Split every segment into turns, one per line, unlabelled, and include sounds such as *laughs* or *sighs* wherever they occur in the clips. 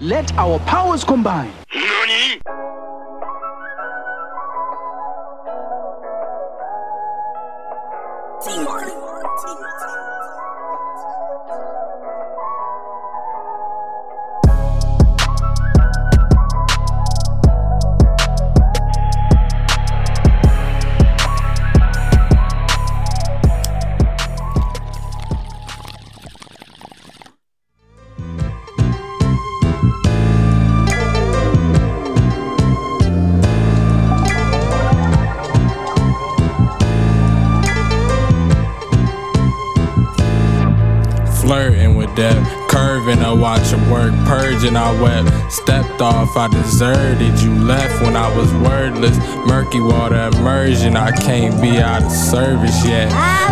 Let our powers combine.
flirting with that curving. I watch him work, purging. I wept, stepped off. I deserted. You left when I was wordless. Murky water immersion. I can't be out of service yet.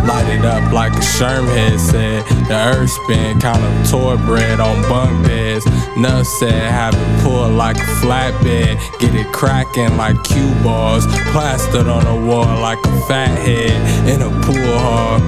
Light it up like a Sherm head said. The earth spin, kind of tour bread on bunk beds. Nuff said, have it pulled like a flatbed. Get it cracking like cue balls. Plastered on the wall like a fathead in a pool hall.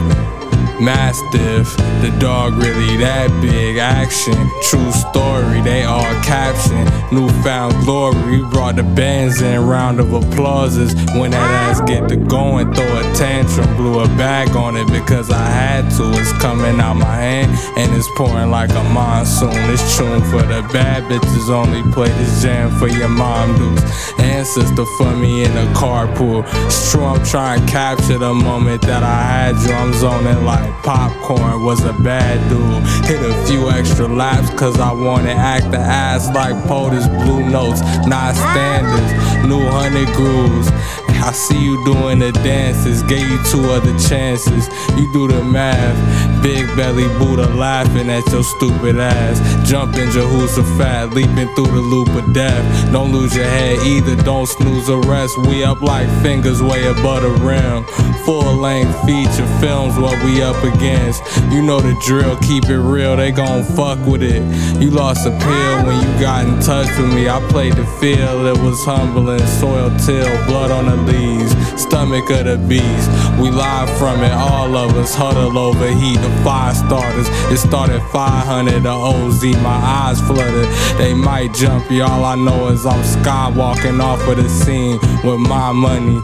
Mastiff, the dog really that big action. True story, they all caption. Newfound glory, we brought the bands in. Round of applauses. When that ass get to going, throw a tantrum. Blew a bag on it because I had to. It's coming out my hand and it's pouring like a monsoon. It's tune for the bad bitches. Only play this jam for your mom dudes. Ancestor for me in the carpool. It's true, I'm trying to capture the moment that I had you. I'm zoning like popcorn, was a bad dude. Hit a few extra laps, cause I wanna act the ass like POTUS blue notes, not standards. New hundred grooves. I see you doing the dances, gave you two other chances. You do the math. Big belly Buddha laughing at your stupid ass. Jumping Jehoshaphat, leaping through the loop of death. Don't lose your head either, don't snooze or rest. We up like fingers way above the rim. Full length feature films, what we up against. You know the drill, keep it real, they gon' fuck with it. You lost appeal when you got in touch with me. I played the field, it was humbling. Soil till, blood on the leaves, stomach of the beast. We live from it, all of us huddle over heat. The fire starters, it started 500 the OZ. My eyes flooded, they might jump you. All I know is I'm skywalking off of the scene with my money.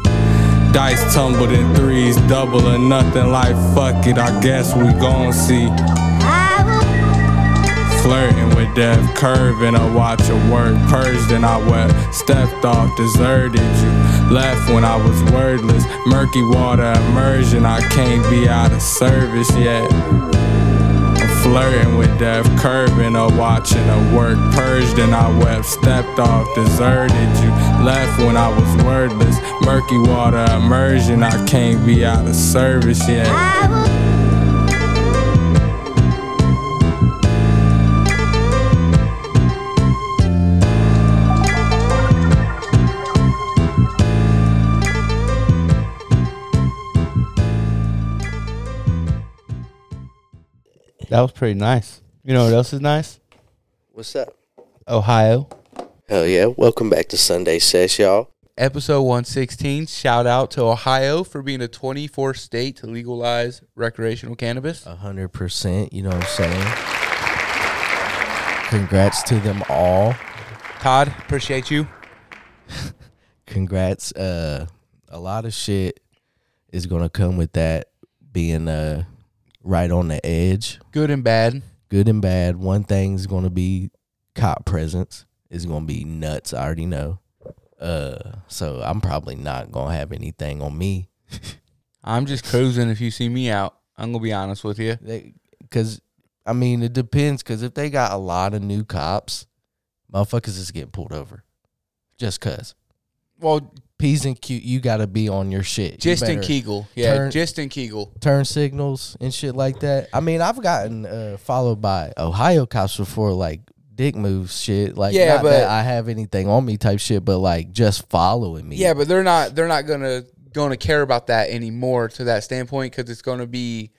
Dice tumbled in threes, double or nothing. Like fuck it, I guess we gon' see. Flirting with death, curving, I watch her work. Purged and I wept, stepped off, deserted you. Left when I was wordless, murky water immersion. I can't be out of service yet. I'm flirting with death, curving, or watching her work. Purged and I wept, stepped off, deserted you. Left when I was wordless, murky water immersion. I can't be out of service yet.
That was pretty nice. You know what else is nice?
What's up?
Ohio.
Hell yeah. Welcome back to Sunday Sesh, y'all.
Episode 116. Shout out to Ohio for being the 24th state to legalize recreational cannabis.
A hundred percent. You know what I'm saying? Congrats to them all.
Todd, appreciate you.
Congrats. Uh, a lot of shit is gonna come with that being uh right on the edge,
Good and bad.
good and bad. One thing's gonna be cop presence. It's gonna be nuts. I already know. Uh, so I'm probably not gonna have anything on me.
I'm just cruising if you see me out. I'm going to be honest with you.
They, cause I mean, it depends. Cause if they got a lot of new cops, motherfuckers is getting pulled over, just cause.
Well,
P's and Q, you got to be on your shit. You
Justin
better
Kegel. Yeah,
turn-
Justin Kegel.
Turn signals and shit like that. I mean, I've gotten uh, followed by Ohio cops before, like dick moves shit. Like,
Yeah,
yeah,
but-
but that I have anything on me type shit, but like just following me.
Yeah, but they're not they're not gonna gonna care about that anymore to that standpoint because it's gonna be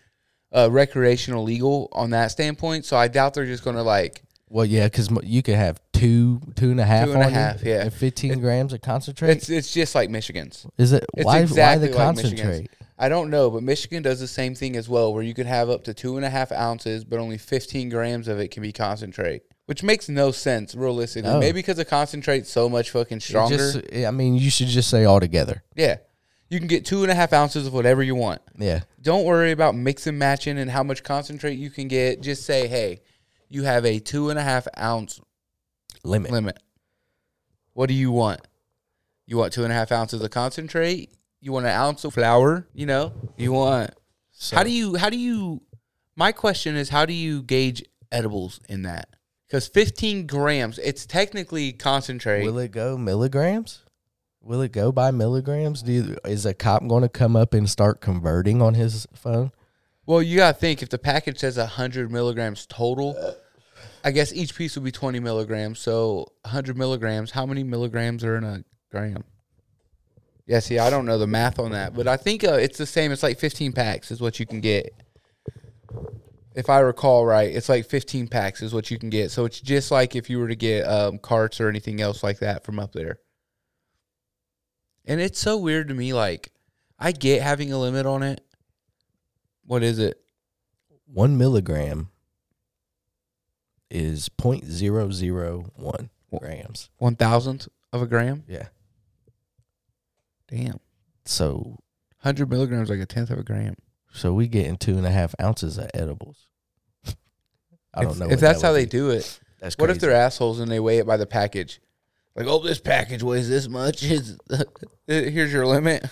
uh, recreational legal on that standpoint. So I doubt they're just gonna like
well, yeah, because you could have two, two and a half
Two and a
on you
half, yeah.
and fifteen grams of concentrate.
it's it's just like Michigan's.
is it
It's
why?
exactly
why the
like
concentrate?
Michigan's. I don't know, but Michigan does the same thing as well, where you can have up to two and a half ounces, but only fifteen grams of it can be concentrate. which makes no sense realistically.
No.
Maybe because it concentrates so much fucking stronger.
Just, uh, I mean, you should just say all together.
yeah, you can get two and a half ounces of whatever you want.
Yeah.
Don't worry about mix and matching and how much concentrate you can get. Just say, hey, you have a two and a half ounce
Limit.
limit. What do you want? You want two and a half ounces of concentrate? You want an ounce of flour? You know, you want. How do you? How do you? My question is, how do you gauge edibles in that? Because 15 grams, it's technically concentrate.
Will it go milligrams? Will it go by milligrams? Do you, is a cop going to come up and start converting on his phone?
Well, you gotta think if the package says 100 milligrams total, I guess each piece would be 20 milligrams. So 100 milligrams, how many milligrams are in a gram? Yeah, see, I don't know the math on that, but I think uh, it's the same. It's like 15 packs is what you can get. If I recall right, it's like 15 packs is what you can get. So it's just like if you were to get um, carts or anything else like that from up there. And it's so weird to me. Like, I get having a limit on it. What is it?
One milligram is 0.001 grams.
one thousandth of a gram.
Yeah.
Damn,
So
hundred milligrams like a tenth of a gram.
so we getting two and a half ounces of edibles. *laughs* I don't
if,
know
if
what
that's
that
how
would
they
be.
do it.
That's
What if
crazy.
they're assholes and they weigh it by the package? Like, oh, this package weighs this much. *laughs* It's- Here's your limit.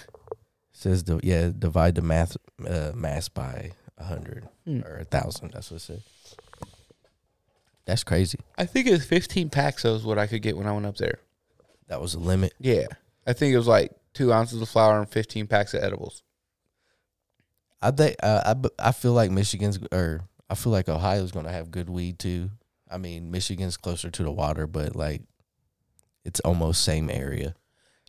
says the yeah divide the math uh, mass by a hundred or a thousand. That's what it said. That's crazy.
I think it's fifteen packs. Is what I could get when I went up there.
That was the limit.
Yeah, I think it was like two ounces of flour and fifteen packs of edibles.
I think uh, I b- I feel like Michigan's or I feel like Ohio's going to have good weed too. I mean, Michigan's closer to the water, but like it's almost same area.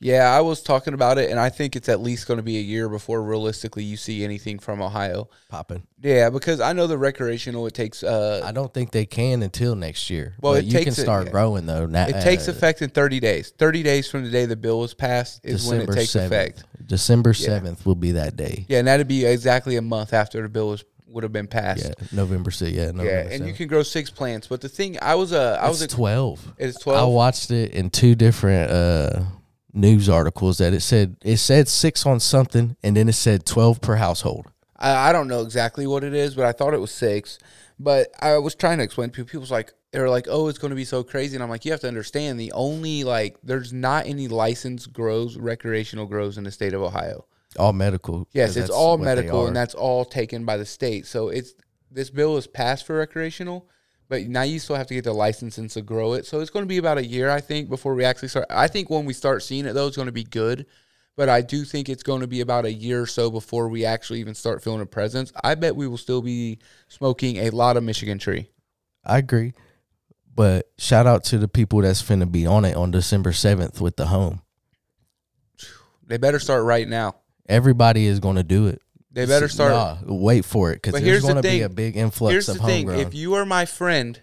Yeah, I was talking about it, and I think it's at least going to be a year before realistically you see anything from Ohio.
Popping.
Yeah, because I know the recreational it takes. Uh,
I don't think they can until next year.
Well,
but
it
you can
takes it-
start
yeah.
growing though. Now,
It takes
uh,
effect in 30 days. 30 days from the day the bill was passed is when it takes
7th.
effect.
December
Yeah.
seventh will be that day.
Yeah, and that'd be exactly a month after the bill was would have been passed.
Yeah,
Yeah,
November sixth. Yeah, November
and you
7th.
can grow six plants. But the thing, I was a, I was
it's
a,
twelve.
it is
I
12.
watched it in two different uh, news articles that it said it said six on something, and then it said twelve per household.
I, I don't know exactly what it is, but I thought it was six. But I was trying to explain to people. People's like, they were like, oh, it's going to be so crazy. And I'm like, you have to understand the only, like, there's not any licensed grows, recreational grows in the state of Ohio.
All medical. 'cause
Yes, it's
that's
all
what they
medical, and
are.
that's all taken by the state. So it's this bill is passed for recreational, but now you still have to get the licenses to grow it. So it's going to be about a year, I think, before we actually start. I think when we start seeing it, though, it's going to be good. But I do think it's going to be about a year or so before we actually even start feeling a presence. I bet we will still be smoking a lot of Michigan tree.
I agree. But shout out to the people that's finna be on it on December seventh with the home.
They better start right now.
Everybody is gonna do it.
They better start.
Nah, wait for it because
But here's
there's
the
gonna be
thing.
a big influx
Here's
of
the thing:
homegrown.
if you are my friend,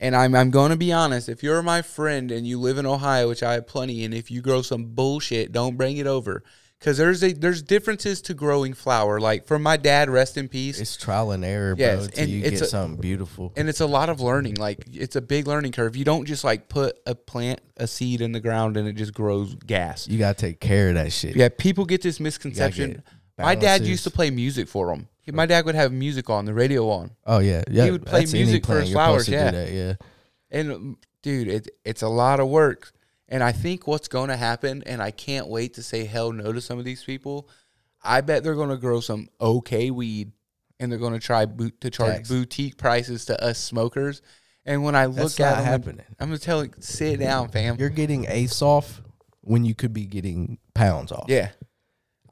and I'm I'm going to be honest, if you're my friend and you live in Ohio, which I have plenty, and if you grow some bullshit, don't bring it over, because there's a there's differences to growing flour. Like for my dad, rest in peace.
it's trial and error,
Yes,
bro. Until
and
you
it's
get
a-
something beautiful.
and it's a lot of learning. Like it's a big learning curve. You don't just like put a plant, a seed in the ground, and it just grows gas.
you gotta take care of that shit.
Yeah, people get this misconception. My dad
balances.
used to play music for him. My dad would have music on the radio on.
Oh yeah, yeah.
would play
that's any
music for
plan.
his
You're supposed
flowers,
to do
yeah.
that, yeah.
And um, dude, it, it's a lot of work. And I think what's going to happen, and I can't wait to say hell no to some of these people. I bet they're going to grow some okay weed, and they're going to try boot to charge
Facts.
boutique prices to us smokers. And when I look
That's
at
not
them,
happening.
I'm going to tell you, sit down, fam.
You're getting eighths off when you could be getting pounds off.
yeah,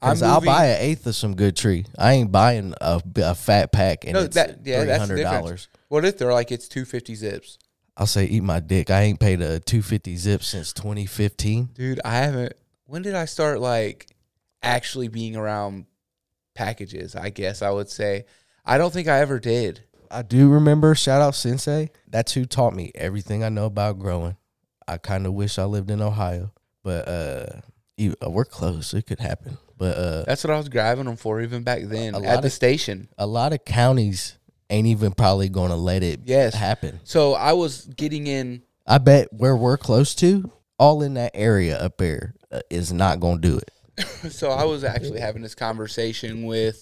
I'm
Because I'll
moving-
buy an eighth of some good tree. I ain't buying a, a fat pack and
No,
it's
that yeah, that's
three
the
hundred
difference.
dollars.
What if they're like it's two fifty zips,
I'll say eat my dick. I ain't paid a two fifty zip since twenty fifteen.
dude? I haven't. When did I start like actually being around packages? I guess I would say I don't think I ever did.
I do remember shout out Sensei. That's who taught me everything I know about growing. I kind of wish I lived in Ohio, but uh, you, uh, we're close. It could happen. But uh,
That's what I was grabbing them for even back then
A lot
at the
of-
station.
a lot of counties ain't even probably going to let it
Yes.
happen.
So I was getting in.
I bet where we're close to, all in that area up there uh, is not going to do it.
So I was actually having this conversation with.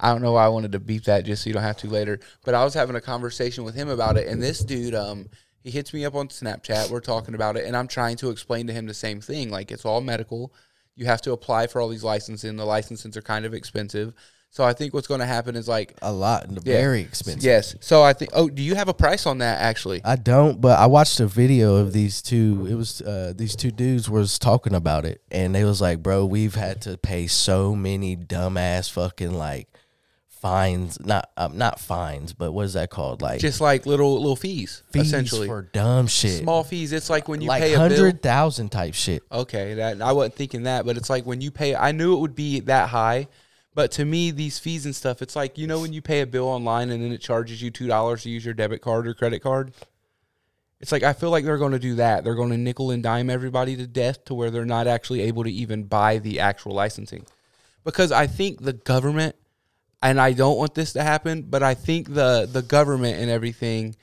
I don't know why I wanted to beep that just so you don't have to later. But I was having a conversation with him about it, and this dude, um, he hits me up on Snapchat. We're talking about it, and I'm trying to explain to him the same thing. Like it's all medical. You have to apply for all these licenses. The licenses are kind of expensive. So I think what's going to happen is like
A lot and
Yeah.
very expensive.
Yes. So I think. Oh, do you have a price on that? Actually,
I don't, but I watched a video of these two. It was uh, these two dudes was talking about it, and they was like, "Bro, we've had to pay so many dumbass fucking like fines, not um, not fines, but what is that called? Like
just like little little fees,
fees
essentially
for dumb shit,
small fees. It's like when you
like
pay a bill.
hundred thousand type shit."
Okay, that I wasn't thinking that, but it's like when you pay. I knew it would be that high, but to me, these fees and stuff. It's like you know when you pay a bill online and then it charges you two dollars to use your debit card or credit card. It's like I feel like they're going to do that. They're going to nickel and dime everybody to death to where they're not actually able to even buy the actual licensing. Because I think the government and I don't want this to happen, but I think the the government and everything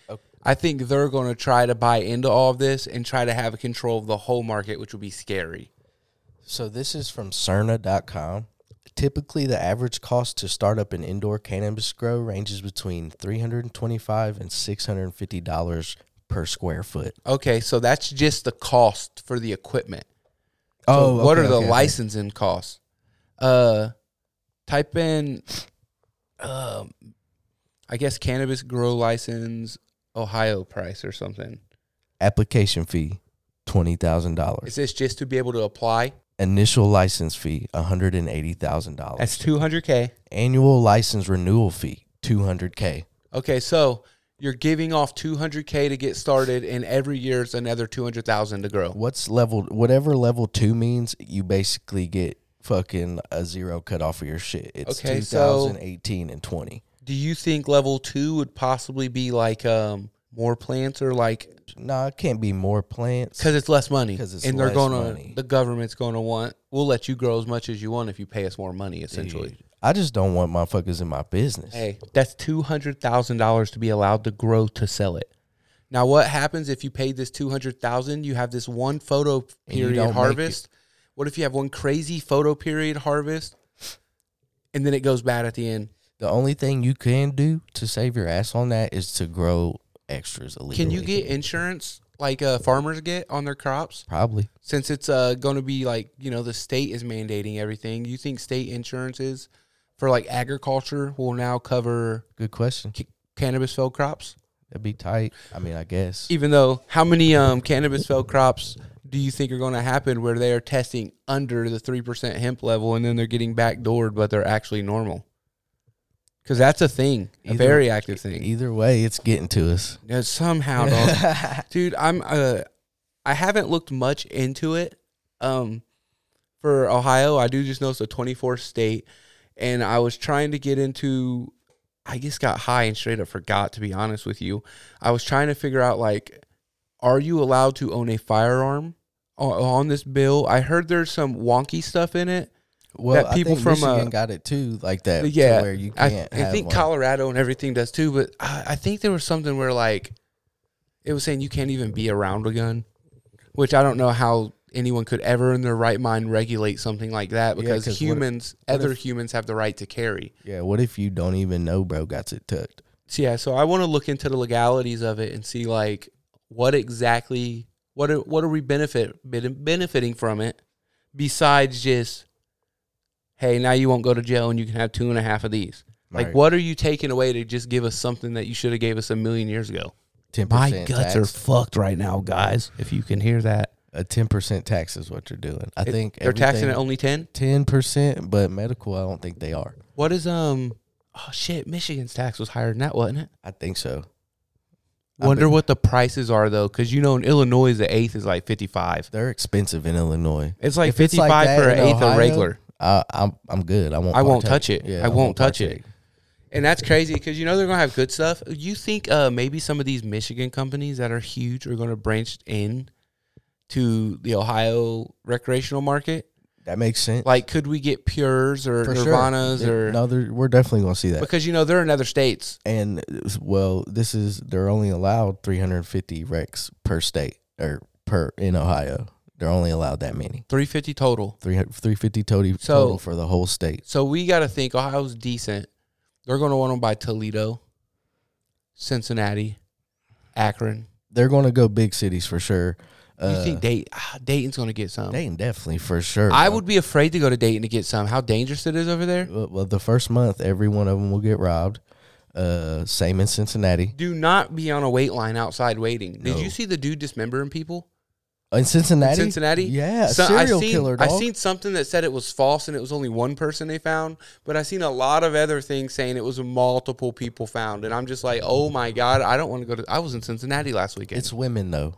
I think they're going to try to buy into all of this and try to have control of the whole market, which would be scary.
So this is from Cerna.com. Typically, the average cost to start up an indoor cannabis grow ranges between three hundred and twenty-five and six hundred and fifty dollars per square foot.
Okay, so that's just the cost for the equipment.
Oh,
what
okay,
are the
okay, okay.
licensing costs? Uh, type in, um, I guess cannabis grow license Ohio price or something.
application fee twenty thousand
Is
dollars.
this just to be able to apply?
Initial license fee one hundred and eighty thousand
That's
dollars.
two hundred k.
Annual license renewal fee two hundred k.
Okay, so you're giving off two hundred k to get started, and every year it's another two hundred thousand to grow.
What's level? Whatever level two means, you basically get fucking a zero cut off of your shit. It's
Okay,
two
so-
thousand eighteen and twenty.
Do you think level two would possibly be like um, more plants or like
Nah, it can't be more plants.
because it's less money?
'Cause it's
and they're
less
gonna
money.
the government's gonna want we'll let you grow as much as you want if you pay us more money. Essentially,
I just don't want motherfuckers in my business.
hey, that's two hundred thousand dollars to be allowed to grow to sell it. Now, what happens if you paid this two hundred thousand? You have this one photo
And you
period
don't make
harvest. What if you have one crazy photo period harvest, and then it goes bad at the end?
The only thing you can do to save your ass on that is to grow extras illegally.
Can you get insurance like uh, farmers get on their crops?
probably?
since it's uh, going to be like you know the state is mandating everything you think state insurances for like agriculture will now cover
Good question.
ca- cannabis fell crops
That'd be tight. I mean, I guess.
even though how many um, cannabis fell crops do you think are going to happen where they are testing under the 3% hemp level and then they're getting backdoored but they're actually normal because that's a thing a
Either- E-
very active thing
Either way, it's getting to us.
Yeah, somehow,
*laughs*
dog. dude. I'm uh, I haven't looked much into it. Um, for Ohio, I do just know it's a 24th state, and I was trying to get into. I just got high and straight up forgot. To be honest with you, I was trying to figure out like, are you allowed to own a firearm o- on this bill? I heard there's some wonky stuff in it.
Well,
That
people
people
I think
from,
Michigan
uh,
got it too, like that. to
yeah,
where you
I-
can't.
I,
have
think
one.
Colorado and everything does too, but I, I think there was something where like it was saying you can't even be around a gun, which I don't know how anyone could ever in their right mind regulate something like that
Yeah,
because
'cause what if-
humans, other humans, have the right to carry.
Yeah, what if you don't even know, bro? Got it tucked.
So yeah, so I want to look into the legalities of it and see like what exactly what are, what are we benefit ben- benefiting from it besides just hey now you won't go to jail and you can have two and a half of these. Like
Right.
what are you taking away to just give us something that you should have gave us a million years ago?
Ten percent tax.
fucked right now, guys. If you can hear that,
a ten percent tax is what you're doing. I think
they're taxing at only ten.
ten percent, but medical, I don't think they are.
What is um? Oh shit, Michigan's tax was higher than that, wasn't it?
I think so. I
Wonder
bet-
what the prices are though, because you know in Illinois the eighth is like fifty five.
They're expensive in Illinois.
It's like
If it's
55
that
for an
in
eighth of
Ohio,
regular.
I, I'm I'm good. I won't.
I won't
partake.
touch it.
Yeah,
I won't touch it. And that's crazy because you know they're gonna have good stuff. You think uh, maybe some of these Michigan companies that are huge are gonna branch in to the Ohio recreational market?
That makes sense.
Like, could we get Pures or
For sure.
Nirvanas
Yeah,
or
no, there- we're definitely gonna see that.
because you know they're in other states.
and uh, well, this is they're only allowed 350 wrecks per state or per in Ohio. They're only allowed that many.
Three fifty total.
300 350 total,
So-
total for the whole state.
So we got to think Ohio's decent. They're going to want them by Toledo, Cincinnati, Akron.
They're going to go big cities for sure.
You
Uh,
think Dayton, Dayton's going to get some?
Dayton definitely for sure.
I
bro.
would be afraid to go to Dayton to get some. How dangerous it is over there.
Well, well, the first month, every one of them will get robbed. Uh, same in Cincinnati.
Do not be on a wait line outside waiting. Did
No.
you see the dude dismembering people
In Cincinnati,
in Cincinnati?
yeah, a
So- I
serial
seen,
killer.
I
dog.
seen something that said it was false and it was only one person they found, but I seen a lot of other things saying it was multiple people found, and I'm just like, oh my god, I don't want to go to. I was in Cincinnati last weekend.
it's women though,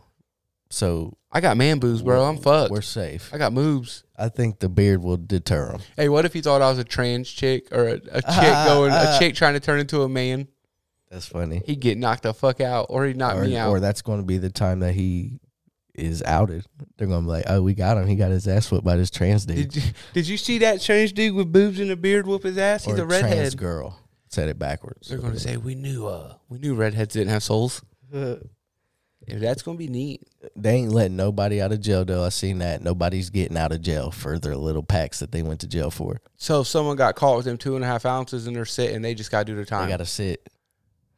so
I got man boobs, bro. I'm fucked.
we're safe.
I got moves.
I think the beard will deter them.
Hey, what if he thought I was a trans chick or a,
*laughs*
a chick
Ah,
going, a
ah.
chick trying to turn into a man?
That's funny.
He'd get knocked the fuck out, or he'd knock
or,
me out.
or that's going to be the time that he is outed. They're going to be like, "Oh, we got him. He got his ass whipped by this trans dude
did you, did you see that trans dude with boobs and a beard whoop his ass?
or
He's a
trans
redhead.
girl." Said it backwards.
They're going to say we knew, uh, we knew redheads didn't have *laughs* souls. Yeah, that's going to be neat.
They ain't letting nobody out of jail though. I seen that nobody's getting out of jail for their little packs that they went to jail for.
So if someone got caught with them two and a half ounces and they're sitting, they just got to do their
They
time
gotta sit.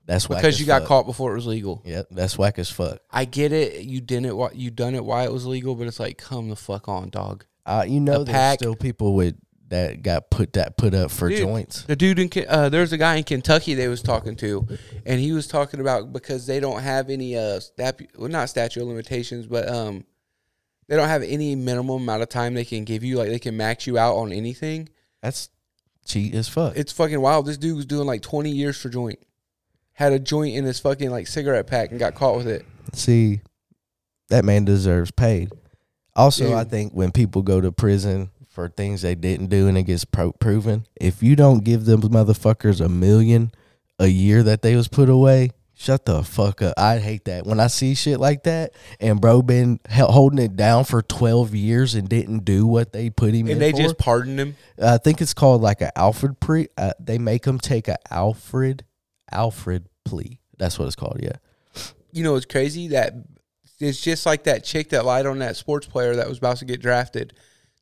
That's whack
because
as
you got
fuck.
caught before it was legal.
Yep, that's whack as fuck.
I get it. You didn't. wh- You done it. Why it was legal? But it's like, come the fuck on, dog.
Uh, you know,
A
there's
pack.
still people with that got put that put up for
Dude.
joints.
The dude in Ken- uh, there's a guy in Kentucky they was talking to, and he was talking about because they don't have any uh statu- well not statute of limitations, but um they don't have any minimum amount of time they can give you. Like they can max you out on anything.
That's cheat as fuck.
It's fucking wild. This dude was doing like 20 years for joint. Had a joint in his fucking like cigarette pack and got caught with it.
See, that man deserves paid. Also,
Dude.
I think when people go to prison for things they didn't do and it gets pro- proven, if you don't give them motherfuckers a million a year that they was put away, shut the fuck up. I hate that when I see shit like that and bro been he- holding it down for twelve years and didn't do what they put him in
And they
for.
just pardoned him.
I think it's called like a Alfred pre. Uh, they make them take a Alfred Alfred plea. That's what it's called. Yeah.
You know, it's crazy that it's just like that chick that lied on that sports player that was about to get drafted.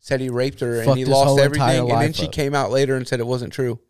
Said he raped her and
Fucked
he
his
lost
whole entire
everything. And then
life
she
up.
came out later and said it wasn't true.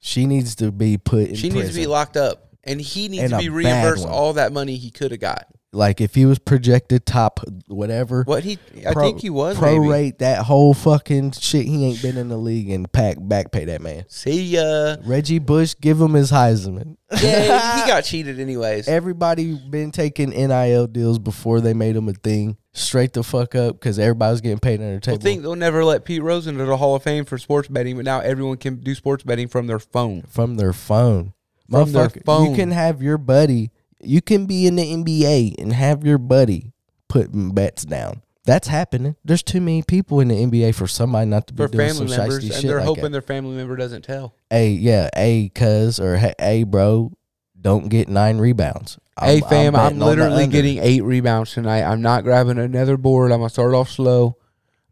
She needs to be put in
she
prison.
needs to be locked up. And he needs
And
to
a
be
bad
reimbursed
one.
all that money he could have got.
like if he was projected top whatever.
What he, I
pro-
think he was.
prorate
Maybe.
that whole fucking shit. He ain't been in the league and pack back pay that man.
See
*laughs*
ya.
Reggie Bush, give him his Heisman.
Yeah, he got cheated anyways.
Everybody been taking NIL deals before they made them a thing. Straight the fuck up because everybody's getting paid under the
I
table.
think they'll never let Pete Rose into the Hall of Fame for sports betting, but now everyone can do sports betting from their phone.
from their phone.
From their
Motherfucker,
phone.
You can have your buddy. You can be in the NBA and have your buddy putting bets down. That's happening. There's too many people in the NBA for somebody not to be
For
doing
family
some
members,
shiesty
and
shit
they're
like
hoping
that.
their family member doesn't tell.
Hey, yeah, hey, cuz or hey, hey, bro, don't get nine rebounds.
hey, fam, I'm,
betting on the
literally
under.
getting eight rebounds tonight. I'm not grabbing another board. I'm going to start off slow,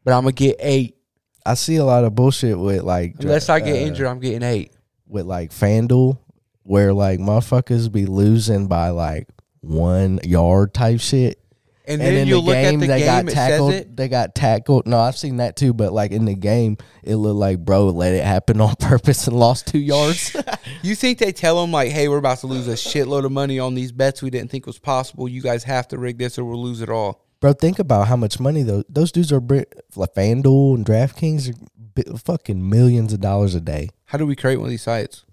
but I'm going to get eight.
I see a lot of bullshit with like dra-
Unless I get
uh,
injured, I'm getting eight.
with like FanDuel, where like motherfuckers be losing by like one yard type shit.
And,
and
then
in
you
the
look
game,
at the
they
game,
got
it
tackled.
says it.
They got tackled. No, I've seen that too, but like in the game, it looked like bro let it happen on *laughs* purpose and lost
*laughs*
two yards.
You think they tell them, like, hey, we're about to lose a shitload of money on these bets we didn't think was possible. You guys have to rig this or we'll lose it all.
bro, think about how much money those those dudes are. br- Like FanDuel and DraftKings are bi- fucking millions of dollars a day.
How do we create one of these sites?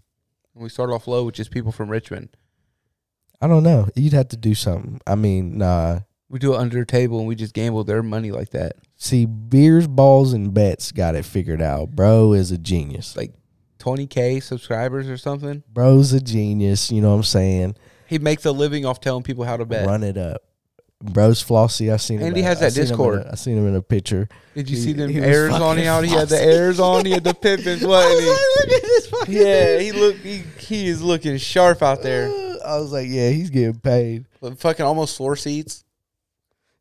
And we start off low with just people from Richmond.
I don't know. You'd have to do something. I mean, nah.
We do it under the table and we just gamble their money like that.
See, beers, balls, and bets got it figured out. Bro is a genius.
It's like 20K subscribers or something.
Bro's a genius. You know what I'm saying?
He makes a living off telling people how to bet.
Run it up. Bro's flossy. I seen him.
And he has
at- I
that
seen him in
Discord.
a- I seen him in a picture.
Did you
He-
see them
he was
airs on
fucking
him? He had the
flossy.
airs on. He had the
*laughs*
Pippins, wasn't he?
look at this Uh. fucking
Yeah, he look he, he is looking *laughs* sharp out there.
I was like, yeah, he's getting paid.
But fucking almost floor seats.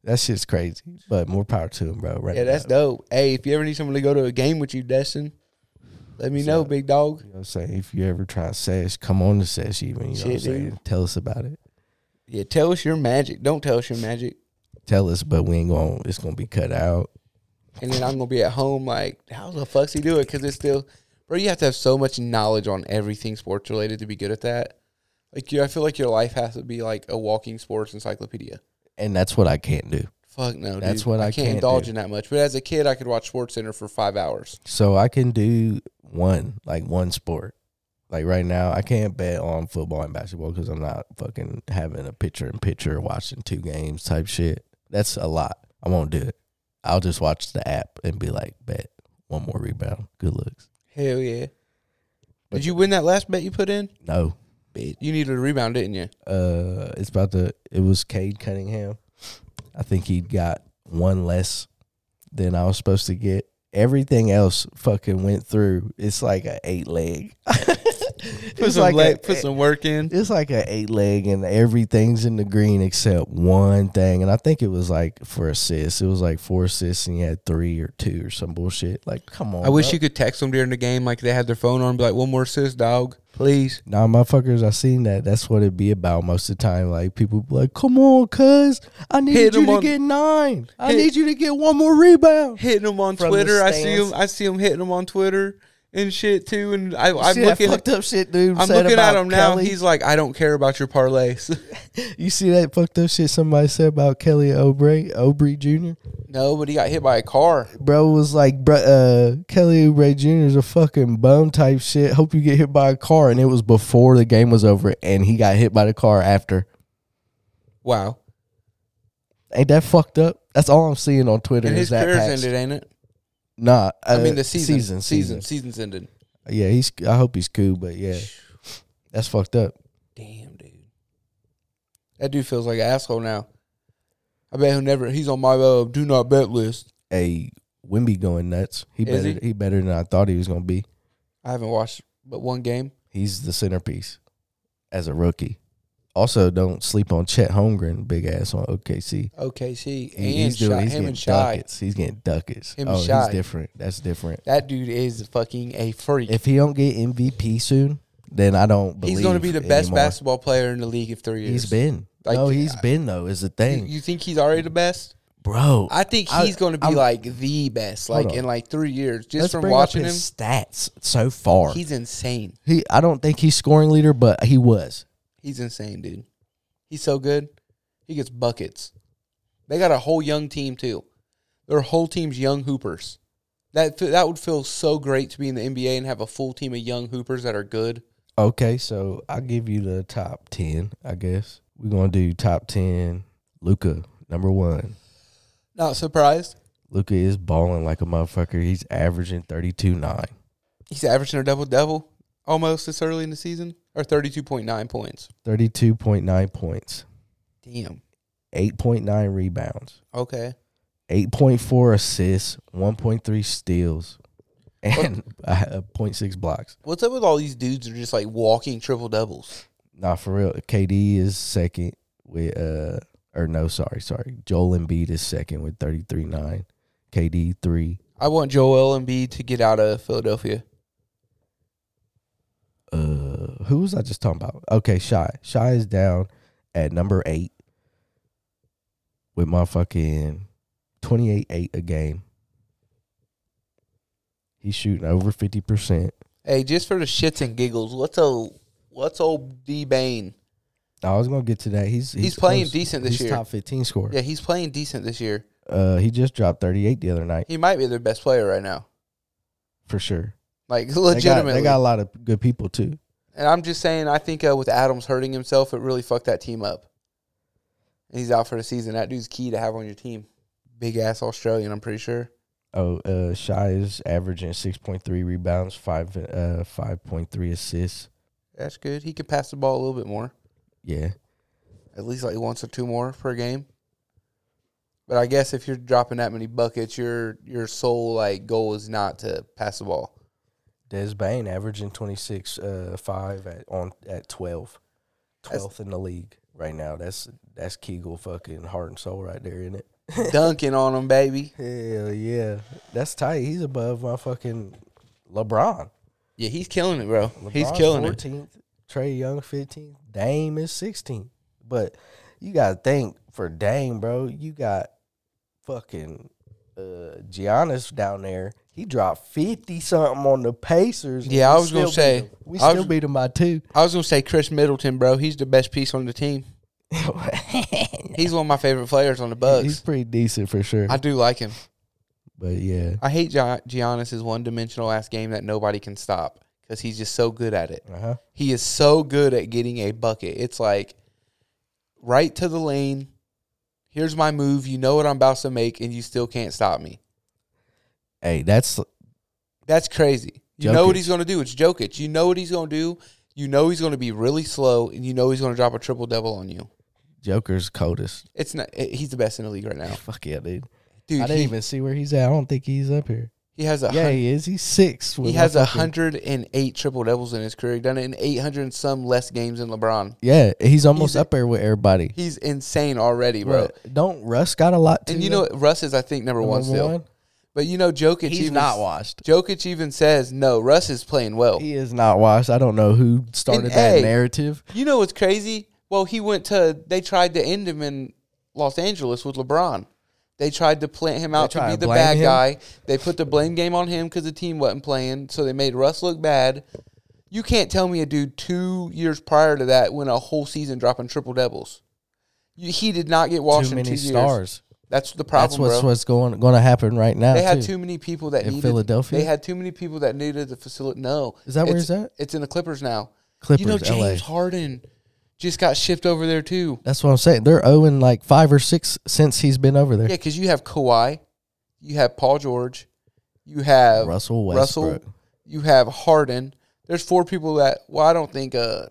That shit's crazy. But more power to him, bro. Right?
Yeah, that's
now.
dope. Hey, if you ever need someone to go to a game with you, Destin, let me know, big dog.
You know what I'm saying? If you ever try sesh, come on to sesh even. You know what I'm
Shit,
saying?
dude.
Tell us about it.
Yeah, tell us your magic. Don't tell us your magic.
Tell us, but we ain't going to it's gonna be cut out.
And then I'm gonna be at home like, how the fuck's he do it? Because it's still, bro. You have to have so much knowledge on everything sports related to be good at that. Like, you, I feel like your life has to be like a walking sports encyclopedia.
And that's what I can't do.
Fuck no,
That's
dude.
what
I,
I
can't,
can't
indulge
do.
in that much. But as a kid, I could watch Sports Center for five hours.
So I can do one, like one sport. Like right now, I can't bet on football and basketball because I'm not fucking having a picture in picture watching two games type shit. That's a lot. I won't do it. I'll just watch the app and be like, bet one more rebound. Good looks.
Hell yeah. Did you win that last bet you put in?
No.
You needed a rebound, didn't
*laughs*
you?
Uh it's about the it was Cade Cunningham. I think he got one less than I was supposed to get. Everything else fucking went through. It's like a eight leg. *laughs*
Put
it's
some
like
leg-
a-
put some work in.
it's like an eight leg and everything's in the green except one thing. And I think it was like for assists. It was like four assists and you had three or two or some bullshit. Like, come on.
I wish
bro.
you could text them during the game, like they had their phone on, be like, "One more assist, dog, please."
Nah, motherfuckers, I seen that. That's what it be about most of the time. Like people be like, come on, cuz. I need
Hit
you
'em
to
on-
get nine. I
Hit-
need you to get one more rebound.
Hitting them on
From the
Twitter, I see
stands.
them. I see them hitting them on Twitter and shit too. And I,
I
I'm
see that
looking.
fucked up shit, dude.
I'm
said
looking at
about
him now.
Kelly?
He's like, "I don't care about your parlays." *laughs*
you see that fucked up shit somebody said about Kelly Obrey, Obrey Jr.
no, but he got hit by a car.
bro was like, bro, uh, Kelly Oubre Jr. is a fucking bum type shit. Hope you get hit by a car. And it was before the game was over, and he got hit by the car after.
Wow.
Ain't that fucked up? That's all I'm seeing on Twitter
And
is
his
that.
career's
patch.
ended, ain't it?
Nah,
I
uh,
mean, the season,
season, season,
season's ended.
Yeah, he's. I hope he's cool, but yeah, that's fucked up.
Damn, dude. That dude feels like an asshole now. I bet he'll never. He's on my uh, do not bet list.
Hey, Wimby going nuts. He
Is
better. He?
he?
better than I thought he was gonna be.
I haven't watched but one game.
He's the centerpiece as a rookie. Also, don't sleep on Chet Holmgren, big ass on OKC.
OKC and
He- he's doing.
Shy-
he's
him
getting
and Shy.
ducats. He's getting ducats.
Him and
oh, he's
Shy.
different. That's different.
That dude is fucking a freak.
If he don't get MVP soon, then I don't believe
he's going to be the best
anymore.
basketball player in the league in three years.
He's been.
Like,
no, he's
I-
been though. Is the
You,
thing,
you think he's already the best?
bro.
I think
I-
he's going to be
I'm-
like the best,
Hold
like
on.
in like three years, just
let's
from
bring up
watching him.
his stats so far.
He's insane.
he, I don't think he's scoring leader, but he was.
He's insane, dude. He's so good. He gets buckets. They got a whole young team too. Their whole team's young hoopers. That fe- that would feel so great to be in the NBA and have a full team of young hoopers that are good.
Okay, so I'll give you the top ten. I guess we're gonna do top ten. Luca, number one.
Not surprised.
Luca is balling like a motherfucker. He's averaging thirty two nine.
He's averaging a double double almost this early in the season, or thirty two point nine points.
32.9 points,
Damn.
8.9 rebounds,
Okay.
8.4 assists, 1.3 steals, and *laughs* uh, 0.6 blocks.
What's up with all these dudes that are just like walking triple doubles?
Nah, for real. KD is second with, uh, or no, sorry, sorry. Joel Embiid is second with 33.9. KD, three.
I want Joel Embiid to get out of Philadelphia.
Uh, who was I just talking about? Okay, Shy. Shy is down at number eight with my fucking 28 8 a game. He's shooting over 50%.
Hey, just for the shits and giggles, what's old what's old D Bane?
I was going to get to that. He's
He's playing
close.
decent this
He's
year.
top 15 scorer.
Yeah, he's playing decent this year.
Uh, he just dropped 38 the other night
He might be their best player right now.
for sure.
Like *laughs*
They got,
legitimately.
they got a lot of good people too.
and I'm just saying I think uh, with Adams hurting himself, it really fucked that team up. And he's out for the season. That dude's key to have on your team. Big ass Australian, I'm pretty sure.
Oh, uh, Shy is averaging 6.3 rebounds, 5 uh 5.3 assists.
That's good. He could pass the ball a little bit more.
Yeah.
At least like once or two more per game. But I guess if you're dropping that many buckets, your your sole like goal is not to pass the
*laughs*
ball.
Des Bain averaging 26 uh, 5 at on at 12.
That's-
12th in the league right now. That's That's Kegel fucking heart and soul right there, isn't it?
Dunking on him, baby.
Hell yeah. That's tight. He's above my fucking LeBron.
Yeah, he's killing it, bro. he's
LeBron's
killing it.
14th, Trey Young 15th. Dame is 16th. But you got to think for Dame, bro, you got fucking uh, Giannis down there. He dropped 50 something on the Pacers. and
Yeah, I
we
was gonna
still
say,
beat 'em. We
I was-
still beat him by two. *laughs*
I was gonna say Chris Middleton, bro. He's the best piece on the team. He's one of my favorite players on the
He's
Bucks.
pretty decent for sure.
I do like him.
but yeah,
I hate Gian- Giannis's one-dimensional ass game that nobody can stop because he's just so good at it.
uh-huh.
He is so good at getting a bucket. It's like right to the lane. Here's my move. You know what I'm about to make, and you still can't stop me.
Hey, that's
That's crazy. You know what
Jokic.
he's going to do. It's Jokic. You know what he's going to do. You know he's going to be really slow, and you know he's going to drop a triple double on you.
Joker's coldest.
It's not. it- he's the best in the league right now,
Fuck yeah, dude.
dude.
I didn't
he,
even see where he's at. I don't think he's up here.
he has a
Yeah,
hun-
he is. He's six. with
he has a
motherfucking-
hundred and eight triple doubles in his career. He done it in eight hundred and some less games than LeBron.
Yeah, he's almost
He's a-
up there with everybody.
He's insane already, bro.
But Don't Russ got a lot? Too,
And you
though?
know Russ is, I think, number,
Number
one still.
one?
But you know Jokic,
he's
even,
not washed.
Jokic even says no. Russ is playing well.
He is not washed. I don't know who started
And,
that
hey,
narrative.
You know what's crazy? Well, he went to. They tried to end him in Los Angeles with LeBron. They tried to plant him out to
tried
be
to
the
blame
bad
him?
guy. They put the blame game on him because the team wasn't playing, so they made Russ look bad. You can't tell me a dude two years prior to that went a whole season dropping triple doubles. You, he did not get washed
Too
in two
many
years.
stars.
That's the problem,
That's what's
bro.
what's going going to happen right now.
They had
too.
too many people that
In
needed
Philadelphia?
They had too many people that needed the facility. No,
Is that where
it's,
it's at?
It's in the Clippers now.
Clippers,
you know,
LA.
James Harden just got shipped over there too.
That's what I'm saying. They're owing like five or six since he's been over there.
Yeah, because you have Kawhi, you have Paul George, you have
Russell Westbrook.
you have Harden. There's four people that. Well, I don't think uh,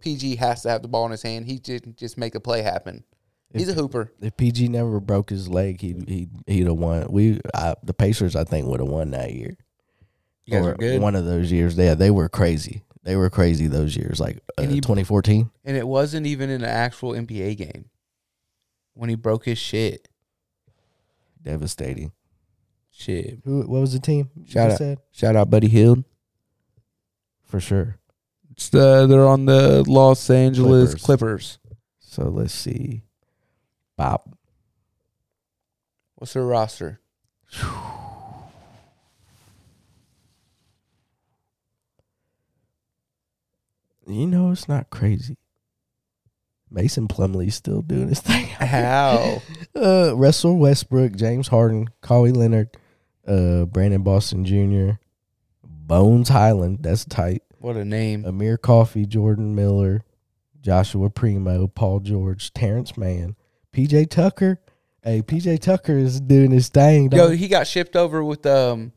PG has to have the ball in his hand. He just just make a play happen. He's a hooper.
If PG never broke his leg, he he he'd have won. We I, the Pacers, I think, would have won that year.
You guys
Or
are good.
One of those years, yeah, they were crazy. They were crazy those years, like uh,
And he-
2014.
And it wasn't even in an actual NBA game when he broke his shit.
Devastating.
Shit.
Who? What was the team? you
Shout out.
said?
Shout out, Buddy Hield.
for sure.
It's the, they're on the Los Angeles Clippers.
Clippers. So let's see. Bop.
What's their
*laughs*
roster?
You know it's not crazy. Mason Plumlee's still doing his *laughs* thing.
How?
uh, Russell Westbrook, James Harden, Kawhi Leonard, uh, Brandon Boston Jr., Bones Highland. That's tight.
what a name.
Amir Coffee, Jordan Miller, Joshua Primo, Paul George, Terrence Mann, PJ Tucker. Hey, PJ Tucker is doing his thing.
Yo,
dog.
he got shipped over with um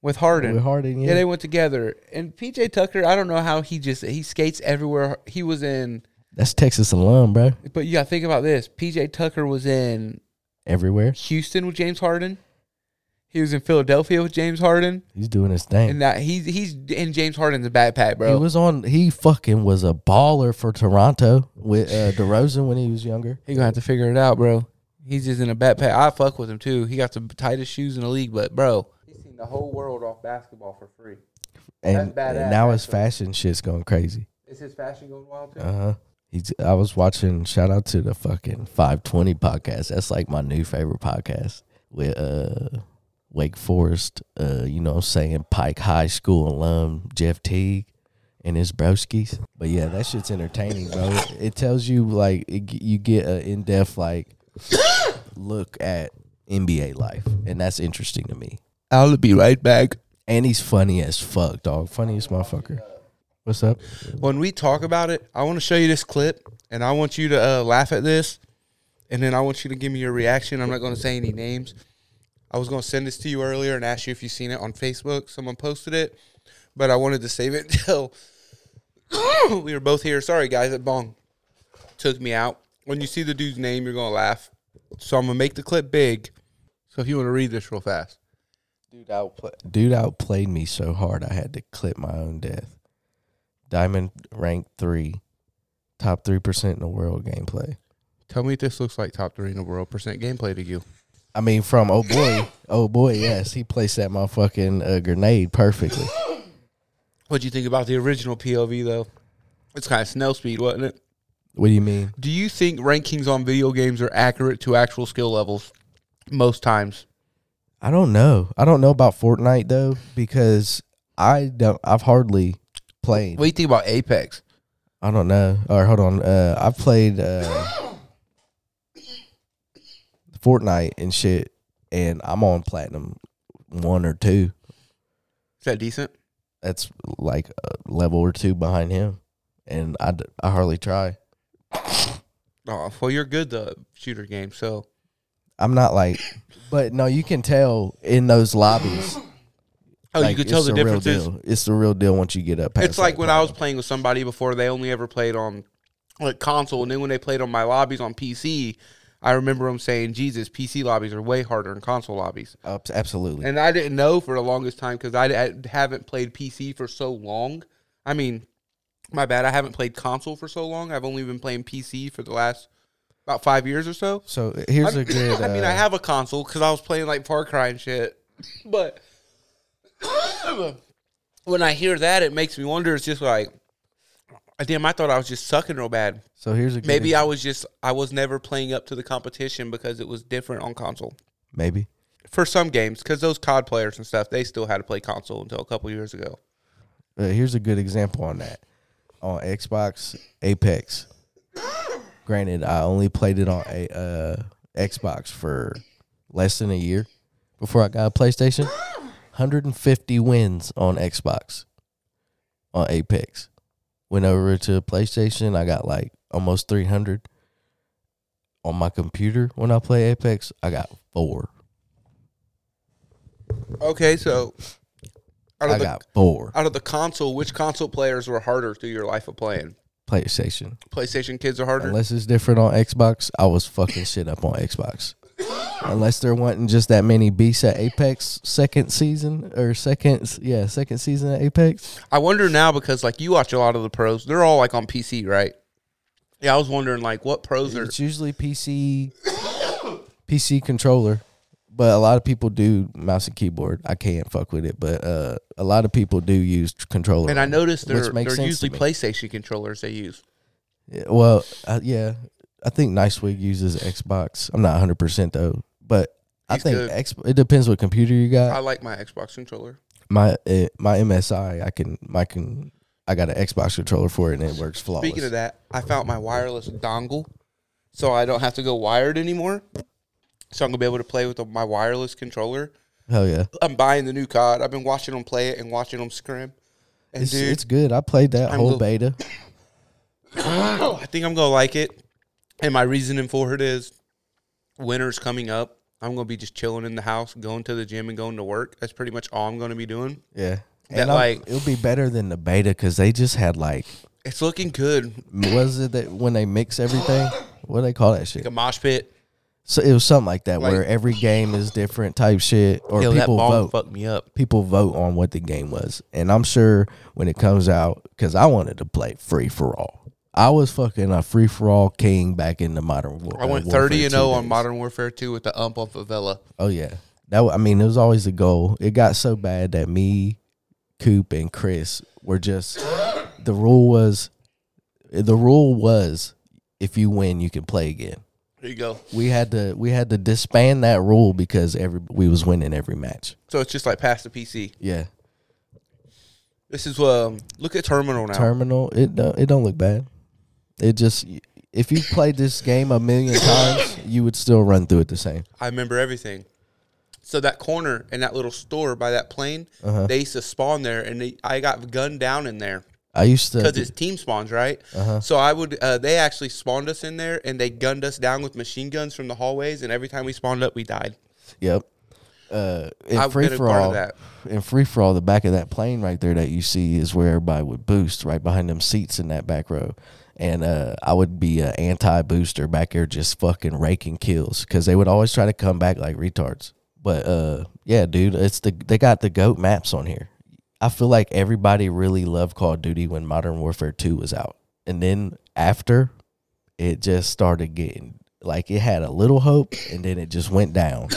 with Harden.
With Harden,
yeah.
yeah.
they went together. And PJ Tucker, I don't know how he just he skates everywhere. He was in
That's Texas alum, bro.
but yeah, think about this. PJ Tucker was in
Everywhere.
Houston with James Harden. He was in Philadelphia with James Harden.
He's doing his thing.
And that he's he's in James Harden's backpack, bro.
He was on. He fucking was a baller for Toronto with
*laughs*
uh, DeRozan when he was younger.
He gonna have to figure it out, bro. He's just in a backpack. I fuck with him too. He got the tightest shoes in the league, but bro, he's seen the whole world off basketball for free.
And,
That's badass,
and now his
actually.
fashion shit's going crazy.
Is his fashion going wild too?
Uh huh. He's. I was watching. Shout out to the fucking five twenty podcast. That's like my new favorite podcast with uh Wake Forest. Uh, you know, what I'm saying Pike High School alum Jeff Teague. And his broskies, but yeah, that shit's entertaining, bro. It tells you like it, g- you get an in depth like *coughs* look at NBA life, and that's interesting to me.
I'll be right back.
And he's funny as fuck, dog. Funniest motherfucker. What's up?
When we talk about it, I want to show you this clip, and I want you to uh, laugh at this, and then I want you to give me your reaction. I'm not going to say any names. I was going to send this to you earlier and ask you if you seen it on Facebook. Someone posted it, but I wanted to save it *laughs* till *coughs* we were both here. Sorry, guys, that bong took me out. When you see the dude's name, you're going to laugh. So I'm going to make the clip big. So if you want to read this real fast.
Dude outplayed. Dude outplayed me so hard I had to clip my own death. Diamond ranked three, top three percent in the world gameplay.
Tell me if this looks like top three in the world percent gameplay to you.
I mean, from oh boy, oh boy, yes, he placed that motherfucking uh, grenade perfectly.
What do you think about the original POV though? It's kind of snail speed, wasn't it?
What do you mean?
Do you think rankings on video games are accurate to actual skill levels most times?
I don't know. I don't know about Fortnite though because I don't. I've hardly played.
What do you think about Apex?
I don't know. All right, hold on. Uh, I've played uh, Fortnite and shit, and I'm on platinum one or two.
Is that decent?
That's like a level or two behind him, and I, d- I hardly try.
Oh, well, you're good the shooter game, so
I'm not like, but no, you can tell in those lobbies.
oh,
like,
you could tell
it's
the
real
differences.
deal. It's the real deal once you get up. Past
It's like
that
when I was
platinum.
playing with somebody before they only ever played on like console, and then when they played on my lobbies on PC, I remember them saying, "Jesus, PC lobbies are way harder than console lobbies."
Abs- absolutely.
And I didn't know for the longest time because I, I haven't played PC for so long. I mean, my bad, I haven't played console for so long. I've only been playing PC for the last about five years or so.
so
*laughs*
here's
I-
a good.
I mean, I
uh,
have a console because I was playing like Far Cry and shit. But *coughs* when I hear that, it makes me wonder. It's just like, damn, I thought I was just sucking real bad.
So here's a good
Maybe I was just, I was never playing up to the competition because it was different on console
maybe.
for some games. Because those COD players and stuff, they still had to play console until a couple years ago.
Uh, here's a good example on that. On Xbox Apex. Granted, I only played it on a uh, Xbox for less than a year before I got a PlayStation. 150 wins on Xbox on Apex. Went over to PlayStation, I got like almost 300. On my computer, when I play Apex, I got four.
Okay, so out
I
of the
got four
out of the console, which console players were harder through your life of playing?
PlayStation.
PlayStation kids are harder.
Unless it's different on Xbox, I was fucking shit up on Xbox. Unless they're wanting just that many beasts at Apex second season or second, yeah, second season at Apex.
I wonder now because like you watch a lot of the pros, they're all like on PC, right? Yeah, I was wondering like what pros are.
It's usually PC, PC controller, but a lot of people do mouse and keyboard. I can't fuck with it, but uh, a lot of people do use controller.
And I
on it,
noticed
which
they're
makes
they're
sense to
usually
me.
PlayStation controllers they use.
Yeah, Well, uh, yeah, I think Nicewig uses Xbox. I'm not 100 percent though, but I
He's
think
good.
X, it depends what computer you got.
I like my Xbox controller.
my uh, my MSI, I can I can I got an Xbox controller for it and it works flawless.
Speaking of that, I found my wireless dongle, so I don't have to go wired anymore. So I'm gonna be able to play with my wireless controller.
hell yeah,
I'm buying the new COD. I've been watching them play it and watching them scrim. And
it's,
dude,
it's good. I played that
I'm
whole
go-
beta.
I think I'm gonna like it. And my reasoning for it is winter's coming up. I'm gonna be just chilling in the house, going to the gym and going to work. That's pretty much all I'm gonna be doing.
Yeah,
That,
I'm-
like-
it'll be better than the beta because they just had like
It's looking good.
was it that when they mix everything. What do they call that shit?
Like a mosh pit.
So it was something like that, where
Like-
every game is different type shit, or
Yo, that
people
ball
vote.
fucked me up.
people vote on what the game was. And I'm sure when it comes out, because I wanted to play free for all. I was fucking a free for all king back in the modern war.
I went
uh, Warfare
30 and
2
0 on
days.
Modern Warfare 2 with the ump on Favela.
Oh yeah, that wa- I mean it was always a goal. It got so bad that me, Coop, and Chris were just the rule was, the rule was if you win you can play again.
There you go.
We had to we had to disband that rule because every we was winning every match.
So it's just like past the PC.
Yeah,
This is um look at Terminal now.
terminal. It don't, it don't look bad. It just if you played this game a million times, you would still run through it the same.
I remember everything. So that corner and that little store by that plane, they used to spawn there, and they, I got gunned down in there
I used to
because it's team spawns, right? So I would, uh, they actually spawned us in there, and they gunned us down with machine guns from the hallways, and every time we spawned up, we died.
Yep. Uh, in
I've
free
been a
for
part of
all,
that.
in free for all, the back of that plane right there that you see is where everybody would boost right behind them seats in that back row, and uh, I would be an anti booster back there just fucking raking kills because they would always try to come back like retards. But uh, yeah, dude, it's the they got the goat maps on here. I feel like everybody really loved Call of Duty when Modern Warfare Two was out, and then after, it just started getting like it had a little hope and then it just went down.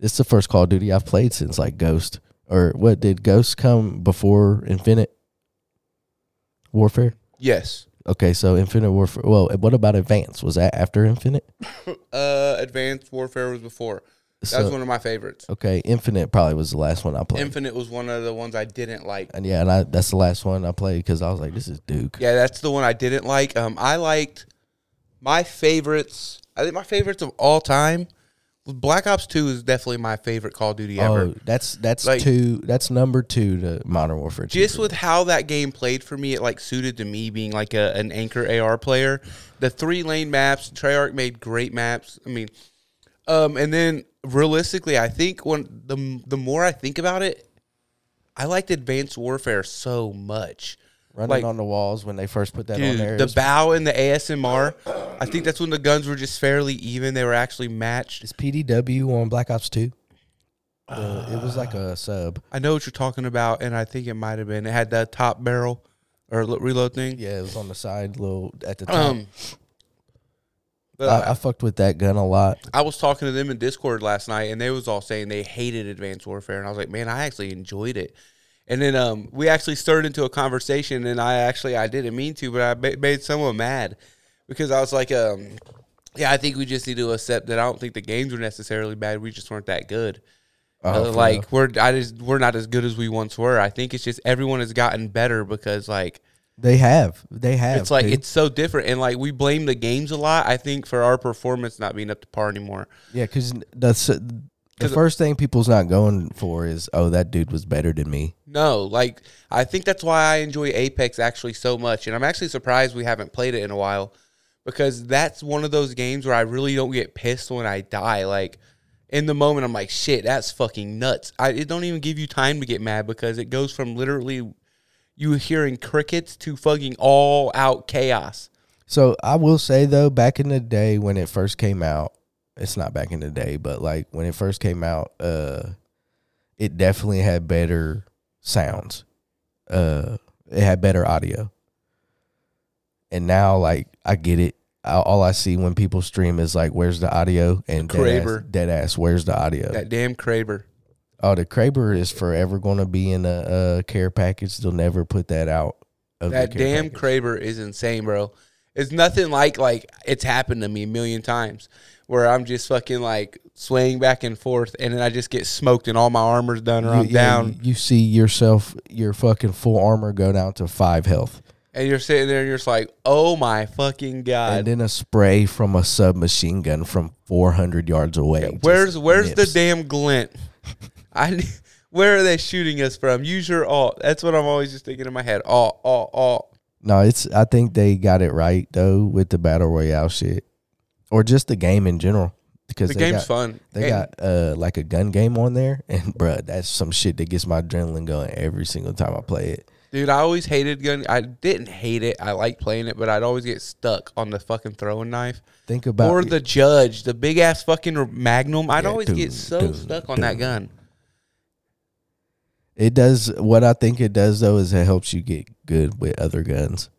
it's the first Call of Duty I've played since like Ghost or what did Ghost come before Infinite Warfare?
Yes.
Okay, so Infinite Warfare. Well, what about Advance? Was that after Infinite?
Uh, Advanced Warfare was before. That
So-
was one of my favorites.
okay, Infinite probably was the last one I played.
Infinite was one of the ones I didn't like.
and yeah, and I, that's the last one I played because I was like, this is Duke.
Yeah, that's the one I didn't like. Um, I liked my favorites. I think my favorites of all time. Black Ops Two is definitely my favorite Call of Duty ever.
Oh, that's that's
Like-
two. That's number two to Modern Warfare. two
Just
for
with how that game played for me, it like suited to me being like a, an anchor AR player. The three lane maps, Treyarch made great maps. I mean, um, and then realistically, I think when the the more I think about it, I liked Advanced Warfare so much.
running
like-
on the walls when they first put that on
Dude,
there.
the
is-
bow and the ASMR. I think that's when the guns were just fairly even. They were actually matched.
is PDW on Black Ops Two. it was like
Uh,
a sub.
I know what you're talking about, and I think it might have been. It had that top barrel or lo- reload thing.
Yeah, it was on the side, little at the top.
Um, but
I, I fucked with that gun a lot.
I was talking to them in Discord last night, and they was all saying they hated Advanced Warfare, and I was like, man, I actually enjoyed it. And then um, we actually started into a conversation, and I actually I didn't mean to, but I ma- made someone mad because I was like, um, yeah, I think we just need to accept that I don't think the games were necessarily bad. We just weren't that good. Uh,
Oh, for
like
real.
we're I just we're not as good as we once were. I think it's just everyone has gotten better because like
They have, they have.
it's like
dude.
it's so different, and like we blame the games a lot. I think for our performance not being up to par anymore.
yeah, because that's the
'Cause-
first thing people's not going for is oh that dude was better than me.
No, like I think that's why I enjoy Apex actually so much, and I'm actually surprised we haven't played it in a while because that's one of those games where I really don't get pissed when I die. Like in the moment, I'm like, shit, that's fucking nuts. I it don't even give you time to get mad because it goes from literally you hearing crickets to fucking all out chaos.
So I will say though, back in the day when it first came out, it's not back in the day, but like when it first came out, uh, it definitely had better sounds. Uh, it had better audio. And now, like, I get it. I, all I see when people stream is like, "Where's the audio?" and dead ass,
Kraber.
dead ass, "Where's the audio?"
That damn Kraber.
oh, the Kraber is forever going to be in a, a care package. They'll never put that out. Of the
That
care
damn
package.
Kraber is insane, bro. It's nothing like like it's happened to me a million times where I'm just fucking like swaying back and forth and then I just get smoked and all my armor's done or I'm
you, yeah,
down
You, you see yourself, your fucking full armor go down to five health,
and you're sitting there and you're just like, oh my fucking
and
god.
then a spray from a submachine gun from four hundred yards away. just
Where's where's
nips.
the damn glint? I *laughs* need- where are they shooting us from? Use your alt. That's what I'm always just thinking in my head. Alt, alt, alt.
No, it's. I think they got it right though with the battle royale shit, or just the game in general. Because
The
they
game's
got,
fun. And-
They got uh like a gun game on there, *laughs* and bruh, that's some shit that gets my adrenaline going every single time I play it.
Dude, I always hated gun. I didn't hate it. I liked playing it, but I'd always get stuck on the fucking throwing knife
Think about
or the judge, the big ass fucking magnum. I'd
Yeah,
always
dun,
get so
dun,
stuck on that gun.
It does what I think it does though is it helps you get good with other guns.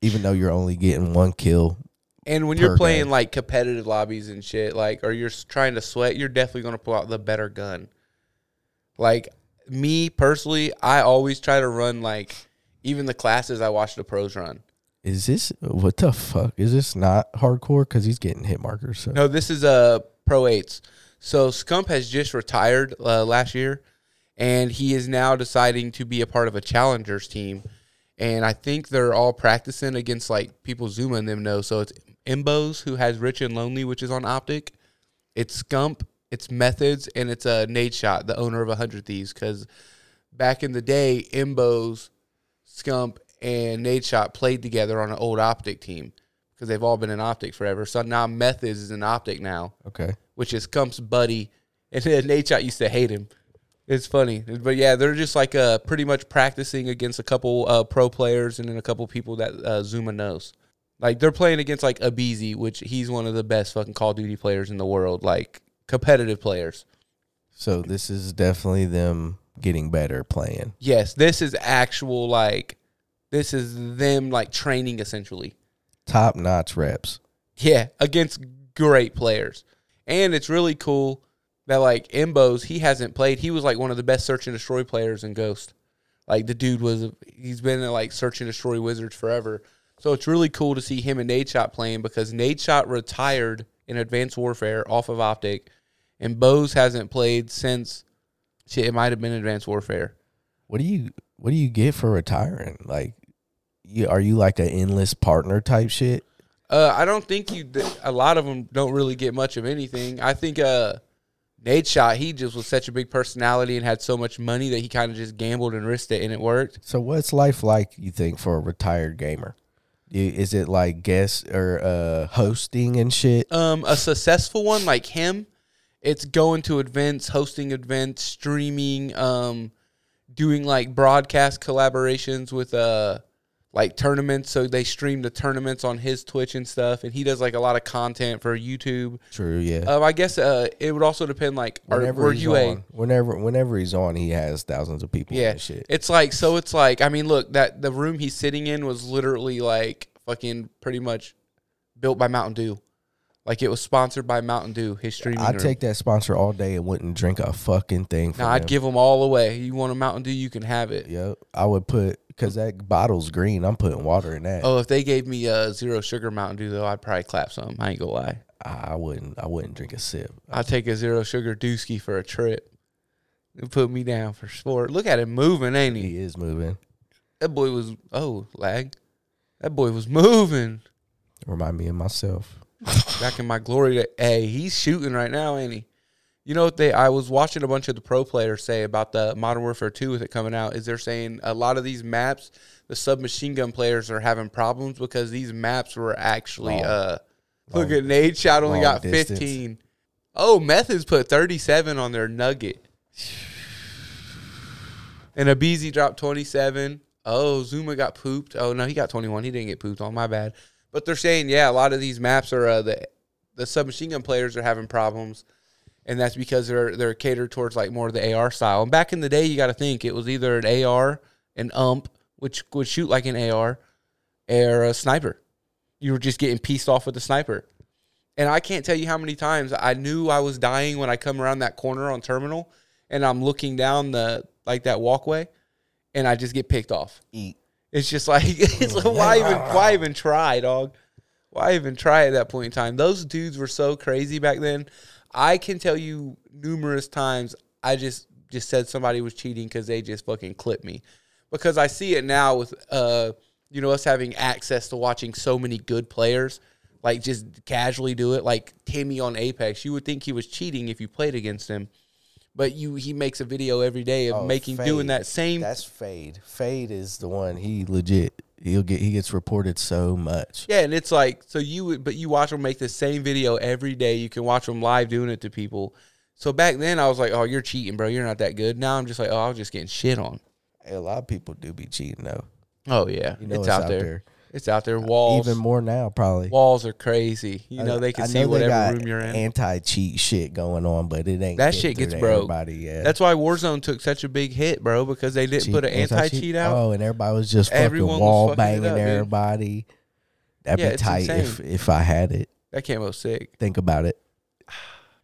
Even though you're only getting one kill.
And when
Per
you're
gun.
playing like competitive lobbies and shit, like, or you're s- trying to sweat, you're definitely going to pull out the better gun. Like, me personally, I always try to run like even the classes I watch the pros run.
Is this what the fuck? Is this not hardcore? Cause he's getting hit markers. So.
No, this is uh, Pro Eights. So Scump has just retired uh, last year, and he is now deciding to be a part of a challengers team. And I think they're all practicing against like people Zuma and them know. So it's Imbos who has Rich and Lonely, which is on Optic. It's Scump, it's Methods, and it's uh, Nade Shot, the owner of a hundred thieves. Because back in the day, Imbos, Scump, and Nade Shot played together on an old Optic team because they've all been in optic forever. So now Methods is in optic now,
Okay.
which is Cump's buddy, *laughs* and then Nate Shot used to hate him. It's funny, but yeah, they're just like uh, pretty much practicing against a couple uh, pro players and then a couple people that uh, Zuma knows. Like they're playing against like Abizi, which he's one of the best fucking Call of Duty players in the world, like competitive players.
So this is definitely them getting better playing.
Yes, this is actual like, this is them like training essentially.
Top notch reps.
Yeah, against great players. And it's really cool that like Embos, he hasn't played. He was like one of the best search and destroy players in Ghost. Like the dude was he's been in like search and destroy wizards forever. So it's really cool to see him and Nate Shot playing because Nate Shot retired in Advanced Warfare off of Optic and Bose hasn't played since shit, it might have been Advanced Warfare.
What do you What do you get for retiring? Like, you are you like an endless partner type shit?
Uh, I don't think you. A lot of them don't really get much of anything. I think uh, Nate Shot he just was such a big personality and had so much money that he kind of just gambled and risked it, and it worked.
So what's life like? You think for a retired gamer? You, is it like guest or uh, hosting and shit?
Um, a successful one like him, it's going to events, hosting events, streaming, um, doing like broadcast collaborations with uh like tournaments. So they stream the tournaments on his Twitch and stuff, and he does like a lot of content for YouTube.
True, yeah.
Um, I guess uh, it would also depend like are,
whenever
were
he's
you a
on, whenever whenever he's on, he has thousands of people. Yeah,
yeah
and shit.
It's like so. It's like I mean, look that the room he's sitting in was literally like fucking pretty much built by Mountain Dew. Like it was sponsored by Mountain Dew. His streaming.
I'd
room.
take that sponsor all day and wouldn't drink a fucking thing. From
Nah, I'd give them all away. You want a Mountain Dew, you can have it.
Yep, I would put because that bottle's green. I'm putting water in that.
Oh, if they gave me a zero sugar Mountain Dew though, I'd probably clap some. I ain't gonna lie.
I wouldn't. I wouldn't drink a sip.
I'd take a zero sugar Dewski for a trip. It put me down for sport. Look at him moving, ain't he?
He is moving.
That boy was oh lag. That boy was moving.
Remind me of myself.
back in my glory. da- Hey, he's shooting right now, ain't he? You know what they? I was watching a bunch of the pro players say about the Modern Warfare Two with it coming out. Is they're saying a lot of these maps, the submachine gun players are having problems because these maps were actually.
Long.
uh Look
Long-
at Nade shot only
long
got
distance.
fifteen. Oh, Methods put thirty-seven on their Nugget, and Abizi dropped twenty-seven. Oh, Zuma got pooped. Oh no, he got twenty-one. He didn't get pooped on. My bad. But they're saying, yeah, a lot of these maps are uh, the the submachine gun players are having problems, and that's because they're they're catered towards like more of the AR style. And back in the day, you got to think it was either an AR, an ump, which would shoot like an AR, or a sniper. You were just getting pieced off with the sniper. And I can't tell you how many times I knew I was dying when I come around that corner on terminal, and I'm looking down the like that walkway, and I just get picked off.
Eat.
It's just like, *laughs* it's like why even why even try, dog? Why even try at that point in time? Those dudes were so crazy back then. I can tell you numerous times I just just said somebody was cheating because they just fucking clipped me. Because I see it now with uh you know us having access to watching so many good players like just casually do it like Timmy on Apex. You would think he was cheating if you played against him. But you he makes a video every day of
Oh,
making
Fade.
doing that same
That's Fade. Fade is the one. He legit. He'll get. He gets reported so much.
Yeah, and it's like so you would, but you watch them make the same video every day. You can watch them live doing it to people. So back then I was like, "Oh, you're cheating, bro. You're not that good." Now I'm just like, "Oh, I was just getting shit on."
A lot of people do be cheating though.
Oh yeah,
You know
it's, out, there. It's out there. Walls,
Even more now, probably.
walls are crazy. You know they can see whatever room you're in.
Anti cheat shit going on, but it ain't
That
getting
shit
through
gets
to
broke.
Everybody, yeah.
That's why Warzone took such a big hit, bro, because they didn't
Cheat-
put an anti-cheat out.
Oh, and everybody was just
Everyone was
fucking wall
fucking it
banging
up, dude.
everybody. That'd
Yeah,
be
it's
tight if if I had it.
That camo sick.
Think about it.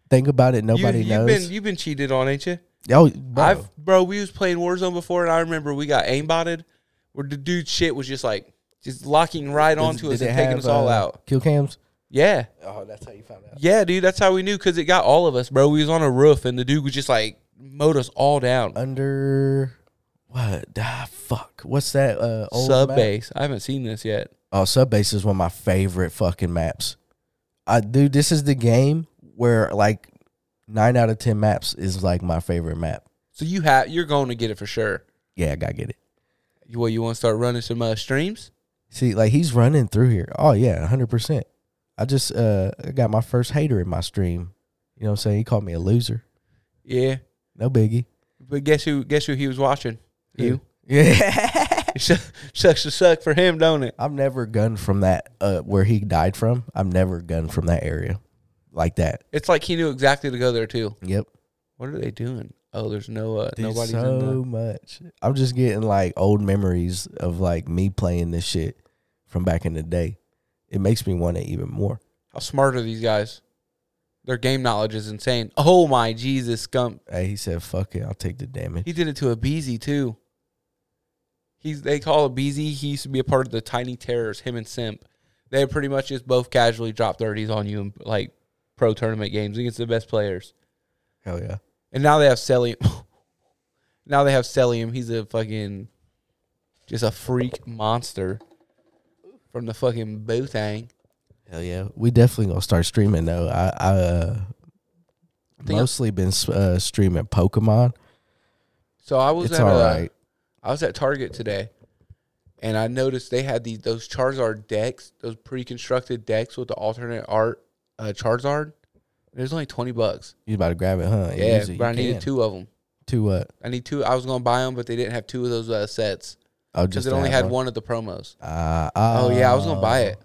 Think about it. Nobody
you,
knows.
You've been you've been cheated on, ain't you?
oh, bro.
I've bro, we was playing Warzone before, and I remember we got aimbotted, where the dude shit was just like just locking right
Does-
onto us
did it
and taking
have,
us all
uh,
out.
Kill cams.
Yeah,
Oh, that's how you found out.
yeah, dude, that's how we knew because it got all of us, bro. We was on a roof, and the dude was just like mowed us all down.
Under what? Ah, fuck. What's that? Uh, old
Sub
map?
base. I haven't seen this yet.
Oh, Sub Base is one of my favorite fucking maps. I dude, this is the game where like nine out of ten maps is like my favorite map.
So you have you're going to get it for sure.
Yeah, I gotta get it.
You- Well, you want to start running some uh, streams?
See, like he's running through here. Oh yeah, hundred percent. I just uh I got my first hater in my stream. You know what I'm saying? He called me a loser.
Yeah,
No biggie.
but guess who? Guess who he was watching? *laughs* You.
Yeah. *laughs*
Sucks to suck for him, don't it?
I've never gunned from that uh where he died from. I've never gunned from that area. Like that.
It's like he knew exactly to go there too.
Yep.
What are they doing? Oh, there's no uh,
Dude,
nobody's in
so
the
much. I'm just getting like old memories of like me playing this shit from back in the day. It makes me want it even more.
How smart are these guys? Their game knowledge is insane. Oh my Jesus, Gump!
Hey, he said, "Fuck it, I'll take the damage."
He did it to a Beezy too. He's they call a Beezy. He used to be a part of the Tiny Terrors. Him and Simp, they pretty much just both casually drop thirties on you in like pro tournament games against the best players.
Hell yeah.
And now they have Celium. *laughs* now they have Celium. He's a fucking just a freak monster from the fucking Boothang.
Hell yeah. We definitely gonna start streaming though. I, I uh,
Think I-
mostly been uh, streaming Pokemon.
So I was uh,
It's
at
all
a-
right.
I was at Target today, and I noticed they had these those Charizard decks, those pre-constructed decks with the alternate art uh, Charizard. There's only twenty bucks.
You about to grab it, huh? You
Yeah,
use it,
but
you
I needed
can.
two of them.
Two what?
I need two. I was gonna buy them, but they didn't have two of those uh, sets
Oh,
because
just
it
to
only
have
had one of the promos.
Uh,
Oh yeah, I was gonna buy it,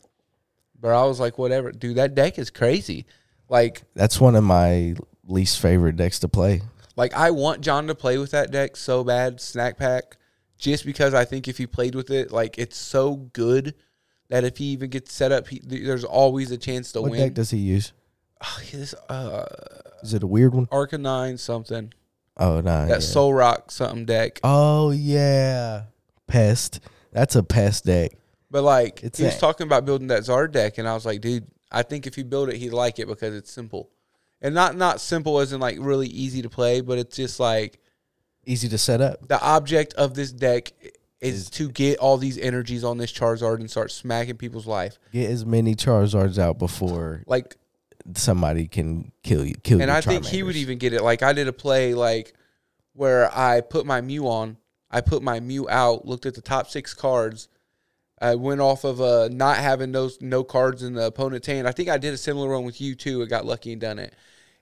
but I was like, whatever, dude. That deck is crazy. Like,
ah. That's one of my least favorite decks to play.
like I want John to play with that deck so bad, snack pack, just because I think if he played with it, like it's so good that if he even gets set up, he, th- there's always a chance to
what
win.
deck does he use?
Ah, *sighs* this uh,
Is it a weird one?
Arcanine something
Oh no.
that
yeah.
Soul Rock something deck,
Oh yeah. Pest. That's a pest deck.
but like
It's
he was
that.
talking about building that Zard deck, and I was like, dude, I think if you build it, he'd like it because it's simple, and not not simple as in like really easy to play, but it's just like
Easy to set up.
the object of this deck is,
Is-
to get all these energies on this Charizard and start smacking people's life.
Get as many Charizards out before
Like,
somebody can kill you. Kill
and
your
I think he would
Charmanders.
even get it. Like, I did a play like where I put my Mew on, I put my Mew out, looked at the top six cards. I went off of uh, not having those no cards in the opponent's hand. I think I did a similar one with you too. I got lucky and done it.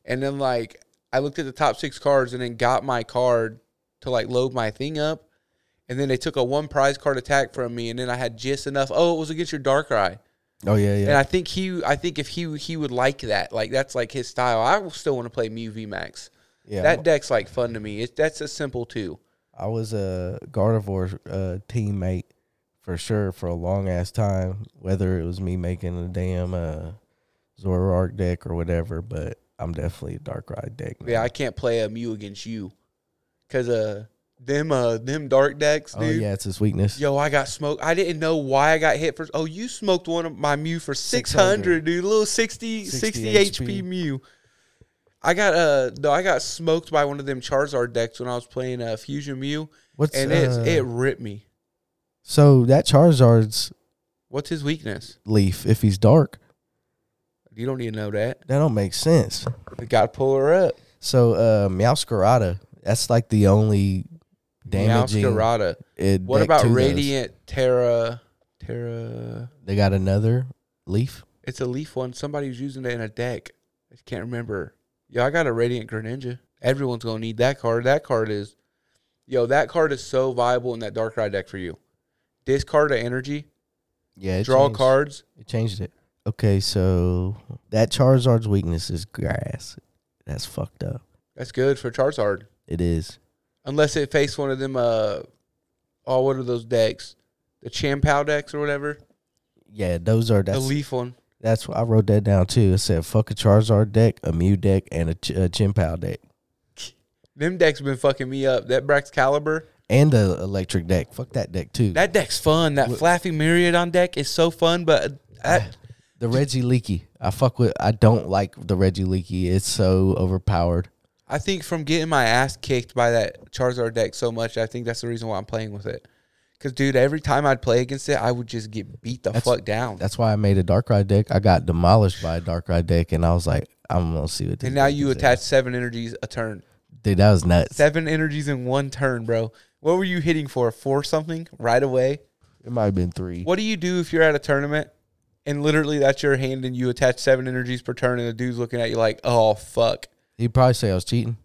And then like I looked at the top six cards and then got my card to like load my thing up. And then they took a one prize card attack from me, and then I had just enough. Oh, it was against your dark eye.
Oh yeah, yeah.
And I think he, I think if he he would like that, like that's like his style. I will still want to play Mew V Max.
yeah.
That deck's like fun to me. It, that's a simple two.
I was a Gardevoir uh, teammate for sure for a long ass time. Whether it was me making a damn uh, Zoroark deck or whatever, but I'm definitely a Darkrai deck. now.
Yeah, I can't play a Mew against you, cause uh them uh them dark decks,
oh
dude.
yeah, it's his weakness.
Yo, I got smoked. I didn't know why I got hit for. Oh, you smoked one of my Mew for 600, dude. Little 60, 60,
60
HP.
HP.
Mew. I got uh though I got smoked by one of them Charizard decks when I was playing uh Fusion Mew
What's
and
uh,
it it ripped me.
So that Charizard's
What's his weakness?
leaf, if he's dark,
You don't need to know that.
that don't make sense.
We got to pull her up.
So uh, Meowscarada, that's like the only damaging.
Meowscarada.
uh,
What
deck
about
to those.
Radiant Terra? Terra.
They got another leaf.
It's a leaf one. Somebody was using it in a deck. I can't remember. Yo, I got a Radiant Greninja. Everyone's gonna need that card. That card is, yo, that card is so viable in that Darkrai deck for you. Discard an energy,
Yeah, it
draw
changed.
cards.
It changed it. Okay, so that Charizard's weakness is grass. That's fucked up.
That's good for Charizard,
It is.
unless it faced one of them. Uh, oh, what are those decks? The Champow decks or whatever.
Yeah, those are that's
the leaf one.
that's what I wrote that down too. It said fuck a Charizard deck, a Mew deck, and a, Ch- a Chimpao deck,
Them decks been fucking me up. That Brax Caliber.
and a electric deck. Fuck that deck too.
That deck's fun. That Flaffy Myriadon deck is so fun, but that,
the Reggie Leaky. I fuck with. I don't like the Reggie Leaky. It's so overpowered.
I think from getting my ass kicked by that Charizard deck so much, I think that's the reason why I'm playing with it. Cause dude, every time I'd play against it, I would just get beat the
That's-
fuck down.
That's why I made a Darkrai deck. I got demolished by a Darkrai deck, and I was like, I'm gonna see what. This
And now
deck
you
is at.
attach seven energies a turn.
dude. That was nuts.
Seven energies in one turn, bro. What were you hitting for? Four something right away?
It might have been three.
What do you do if you're at a tournament and literally that's your hand and you attach seven energies per turn and the dude's looking at you like, oh fuck.
He'd probably say I was cheating.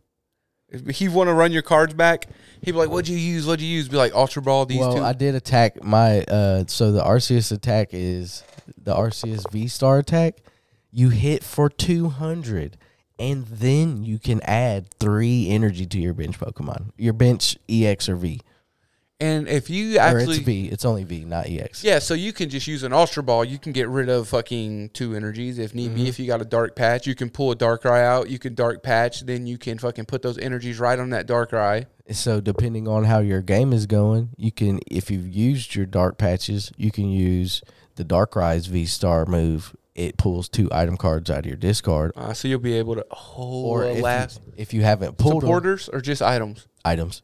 If he want to run your cards back, he'd be like, "What'd you use? What'd you use?" Be like, "Ultra Ball." These
well,
two.
I did attack my uh so the Arceus attack is the Arceus V Star attack. You hit for two hundred and then you can add three energy to your bench Pokemon. Your bench EX or E V.
And if you
or it's
actually
V. It's only V, not E EX.
Yeah, so you can just use an ultra ball. You can get rid of fucking two energies if
Mm-hmm.
need be. If you got a dark patch, you can pull a dark eye out. You can dark patch, then you can fucking put those energies right on that dark eye.
So depending on how your game is going, you can if you've used your dark patches, you can use the Dark Rise V Star move. It pulls two item cards out of your discard.
Uh, so you'll be able to hold
Or
a
if
last
you, if you haven't pulled 'em,
supporters or just items.
items,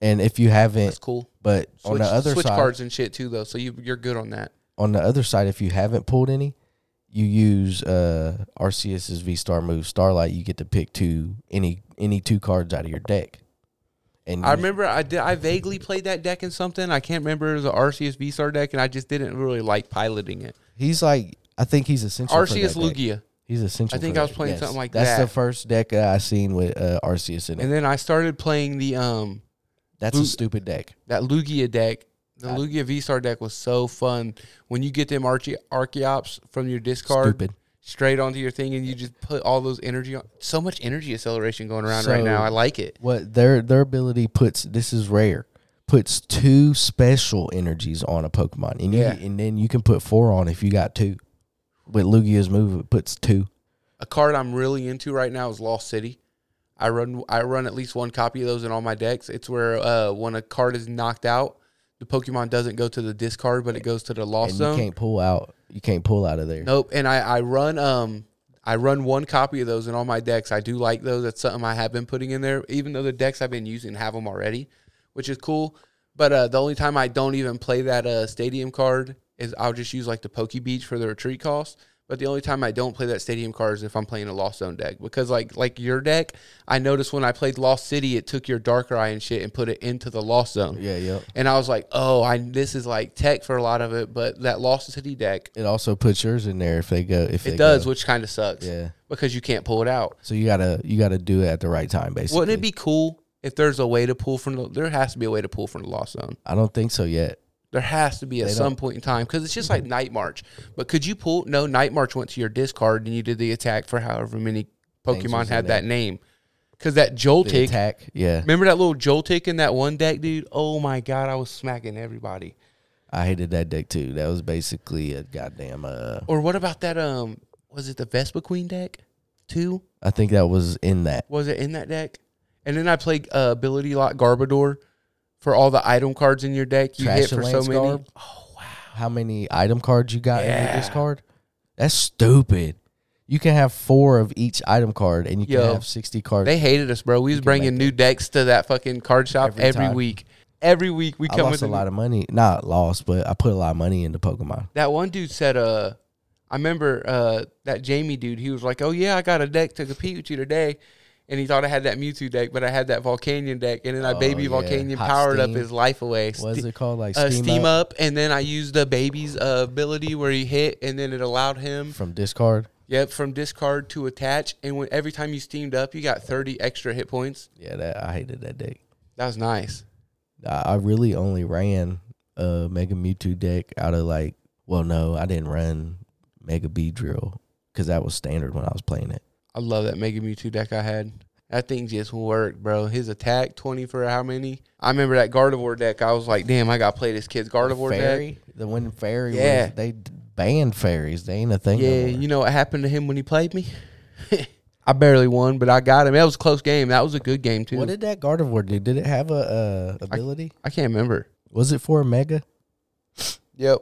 and if you haven't,
That's cool.
but
Switch,
Eh, on the other
switch
side,
cards and shit too, though. So you you're good on that.
on the other side, if you haven't pulled any, you use uh Arceus's V Star move Starlight. You get to pick two any any two cards out of your deck. And
I
you-
remember I did. I vaguely played that deck in something. I can't remember. It was an Arceus V Star deck, and I just didn't really like piloting it.
he's like I think he's essential. for
Arceus
that deck.
Lugia.
He's essential.
I think
for
I was
that.
playing something like
That's
that.
the first deck that I seen with uh, Arceus in it.
And then I started playing the um
That's
Lu-
a stupid deck.
that Lugia deck, the Lugia V Star deck was so fun. When you get them Archie Archeops from your discard
Stupid.
straight onto your thing, and you just put all those energy on. So much energy acceleration going around right
So-
now. I like it.
What their their ability puts this is rare. Puts two special energies on a Pokemon, and you,
Yeah.
and then you can put four on if you got two. With Lugia's move, it puts two.
A card I'm really into right now is Lost City. I run I run at least one copy of those in all my decks. It's where uh, when a card is knocked out, the Pokemon doesn't go to the discard, but it goes to the lost
and
zone.
you can't pull out. You can't pull out of there.
Nope. And I, I run um I run one copy of those in all my decks. I do like those. That's something I have been putting in there, even though the decks I've been using have them already, which is cool. But uh, the only time I don't even play that uh, stadium card is I'll just use like the Pokey Beach for the retreat cost. But the only time I don't play that stadium card is if I'm playing a Lost Zone deck because like like your deck, I noticed when I played Lost City, it took your Darker Eye and shit and put it into the Lost Zone.
Yeah, yep.
And I was like, oh, I this is like tech for a lot of it, but that Lost City deck
It also puts yours in there if they go. If
it
they
does,
go.
which kind of sucks.
Yeah.
Because you can't pull it out.
So you gotta you gotta do it at the right time, basically.
Wouldn't it be cool if there's a way to pull from the? There has to be a way to pull from the lost zone.
I don't think so yet.
There has to be at
They
some
don't- Mm-hmm.
point in time because it's just like night march. But could you pull? No, night march went to your discard and you did the attack for however many
Things
Pokemon
was in
had
there.
that name. Because that
The
Joltik,
attack. Yeah,
remember that little Joltik in that one deck, dude? Oh my god, I was smacking everybody.
I hated that deck too. That was basically a goddamn. Uh,
Or what about that? Um, was it the Vespa Queen deck? Two.
I think that was in that.
was it in that deck? And then I played uh, ability lock Garbador for all the item cards in your deck. You
Trash
hit
and
for so
Lance
many. Oh,
Garb? How many item cards you got in your
Yeah.
discard? That's stupid. You can have four of each item card, and you
Yo,
can have sixty cards.
They hated us, bro. We was bringing new decks to that fucking card shop
Every
every,
time.
week. Every week we
I
come
lost
with
a lot of money. Not lost, but I put a lot of money into Pokemon.
That one dude said, uh, I remember uh, that Jamie dude. He was like, "Oh yeah, I got a deck to compete with you today," and he thought I had that Mewtwo deck, but I had that Volcanion deck, and then I
Oh,
baby
yeah.
Volcanion
Hot
powered up
steam.
his life away.
What is
Ste-
it called? Like
uh,
steam, up,
and then I used the baby's uh, ability where he hit, and then it allowed him
from discard.
Yep, from discard to attach, and when every time you steamed up, you got thirty extra hit points.
Yeah, that I hated that deck.
That was nice.
I I really only ran a Mega Mewtwo deck out of like, well, no, I didn't run Mega B Drill because that was standard when I was playing it.
I love that Mega Mewtwo deck I had. That thing just worked, bro. His attack twenty for how many? I remember that Gardevoir deck. I was like, damn, I got to play this kid's Gardevoir deck.
Fairy, the one fairy,
Yeah.
was, they d- banned fairies. They ain't a thing.
Yeah,
no more.
you know what happened to him when he played me? *laughs* I barely won, but I got him. That was a close game. That was a good game too.
what did that Gardevoir do? Did it have a uh, ability?
I can't remember.
was it for a Mega?
Yep.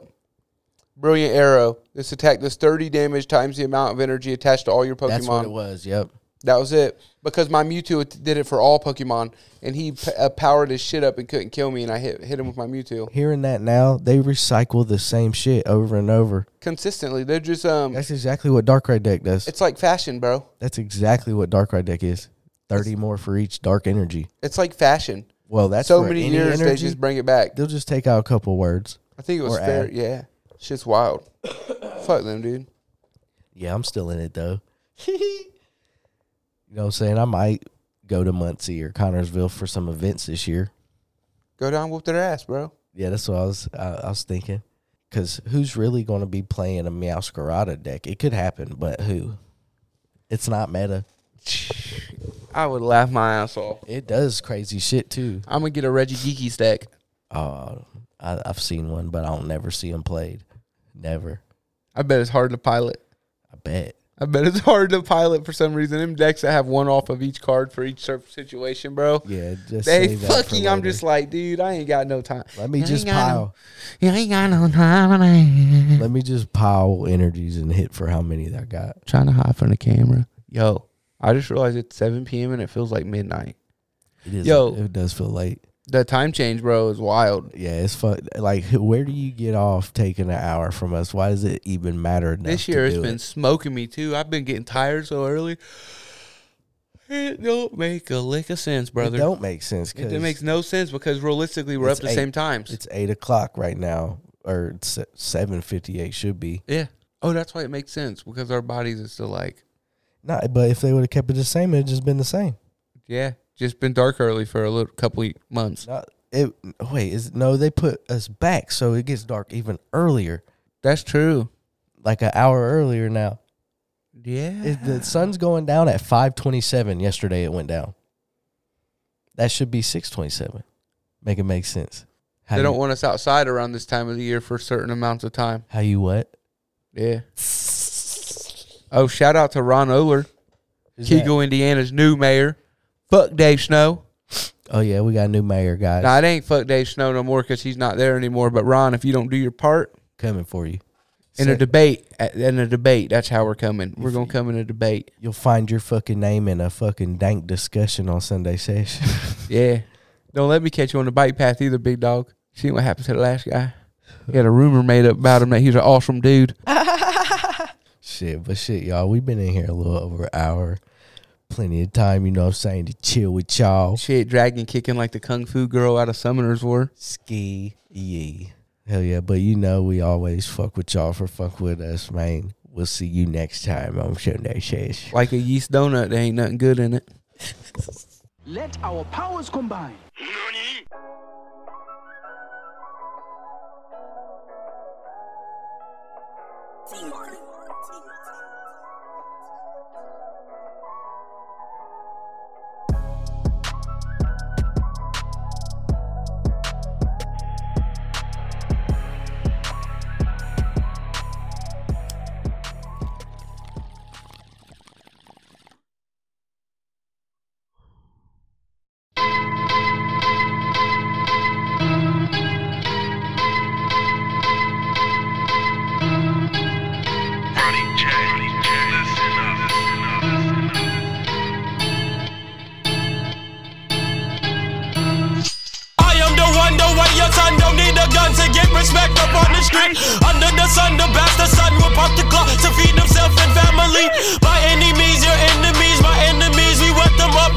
Brilliant arrow. This attack does thirty damage times the amount of energy attached to all your Pokemon.
That's what it was. Yep.
That was it. Because my Mewtwo t- did it for all Pokemon, and he p- uh, powered his shit up and couldn't kill me, and I hit hit him with my Mewtwo
Hearing that now, they recycle the same shit over and over.
consistently. They're just um,
That's exactly what Darkrai deck does.
it's like fashion, bro.
That's exactly what Darkrai deck is. Thirty more for each dark energy.
It's like fashion.
Well, that's
so
for
many
any
years they
energy.
just bring it back.
They'll just take out a couple words.
I think it was
or
fair.
add.
Yeah, shit's wild. Fuck them,
*laughs*
dude.
Yeah, I'm still in it though. you know what I'm saying? I might go to Muncie or Connorsville for some events this year.
Go down, whoop their ass, bro.
Yeah, that's what I was I, I was thinking. Cause who's really going to be playing a Meowscarada deck? It could happen, but who? It's not meta.
I would laugh my ass off.
It does crazy shit too.
I'm gonna get a Reggie Geeky stack.
Uh, I, I've seen one, but I don't never see them played. Never.
I bet it's hard to pilot.
I bet.
I bet it's *laughs* hard to pilot for some reason. Them decks that have one off of each card for each sur- situation, bro.
Yeah, just
They
save that for
fucking. I'm
later.
just like, dude, I ain't got no time.
Let me
You
just
ain't got
pile.
no- You ain't got no time.
Let me just pile energies and hit for how many that I got.
Trying to hide from the camera. Yo, I just realized it's 7 p.m. and it feels like midnight.
It is.
Yo.
it does feel late.
The time change, bro, is wild.
Yeah, it's fun. Like, where do you get off taking an hour from us? Why does it even matter? Enough
This
to
year it's
do
been
it?
smoking me too. I've been getting tired so early. It don't make a lick of sense, brother.
It don't make sense.
It,
'cause
it makes no sense because realistically we're up
It's
the
eight.
same times.
It's eight o'clock right now, or seven fifty eight should be.
yeah. Oh, that's why it makes sense because our bodies are still like,
Not, but if they would have kept it the same, it'd just been the same.
yeah, just been dark early for a little couple of months.
Not, it wait is no, they put us back, so it gets dark even earlier,
That's true.
like an hour earlier now.
Yeah.
It, the sun's going down at five twenty seven. Yesterday it went down. That should be six twenty seven. Make it make sense. How
they
you-
don't want us outside around this time of the year for certain amounts of time.
How you what?
Yeah. Oh, shout out to Ron Oler,
Who's that?
Kego, Indiana's new mayor. Fuck Dave Snow.
Oh yeah, we got a new mayor, guys.
Now, it ain't fuck Dave Snow no more because he's not there anymore. But Ron, if you don't do your part
Coming for you.
in a
Set-
debate, at- in a debate, that's how we're coming. We're gonna come in a debate.
You'll find your fucking name in a fucking dank discussion on Sunday session. *laughs*
Yeah. Don't let me catch you on the bike path either, big dog. See what happened to the last guy. He had a rumor made up about him that he's an awesome dude.
shit, but shit, y'all, we've been in here a little over an hour. Plenty of time, you know what I'm saying, to chill with y'all.
Shit, dragon kicking like the kung fu girl out of Summoners War.
Ski ye. Hell yeah, but you know we always fuck with y'all for fuck with us, man. We'll see you next time on Sunday session.
Like a yeast donut, there ain't nothing good in it.
Let our powers combine.
I am the one, the way your son don't need a gun to get respect up on the street. Under the sun, the bastard son will pop the clock to feed himself and family. By any means, your enemies, my enemies, we wet them up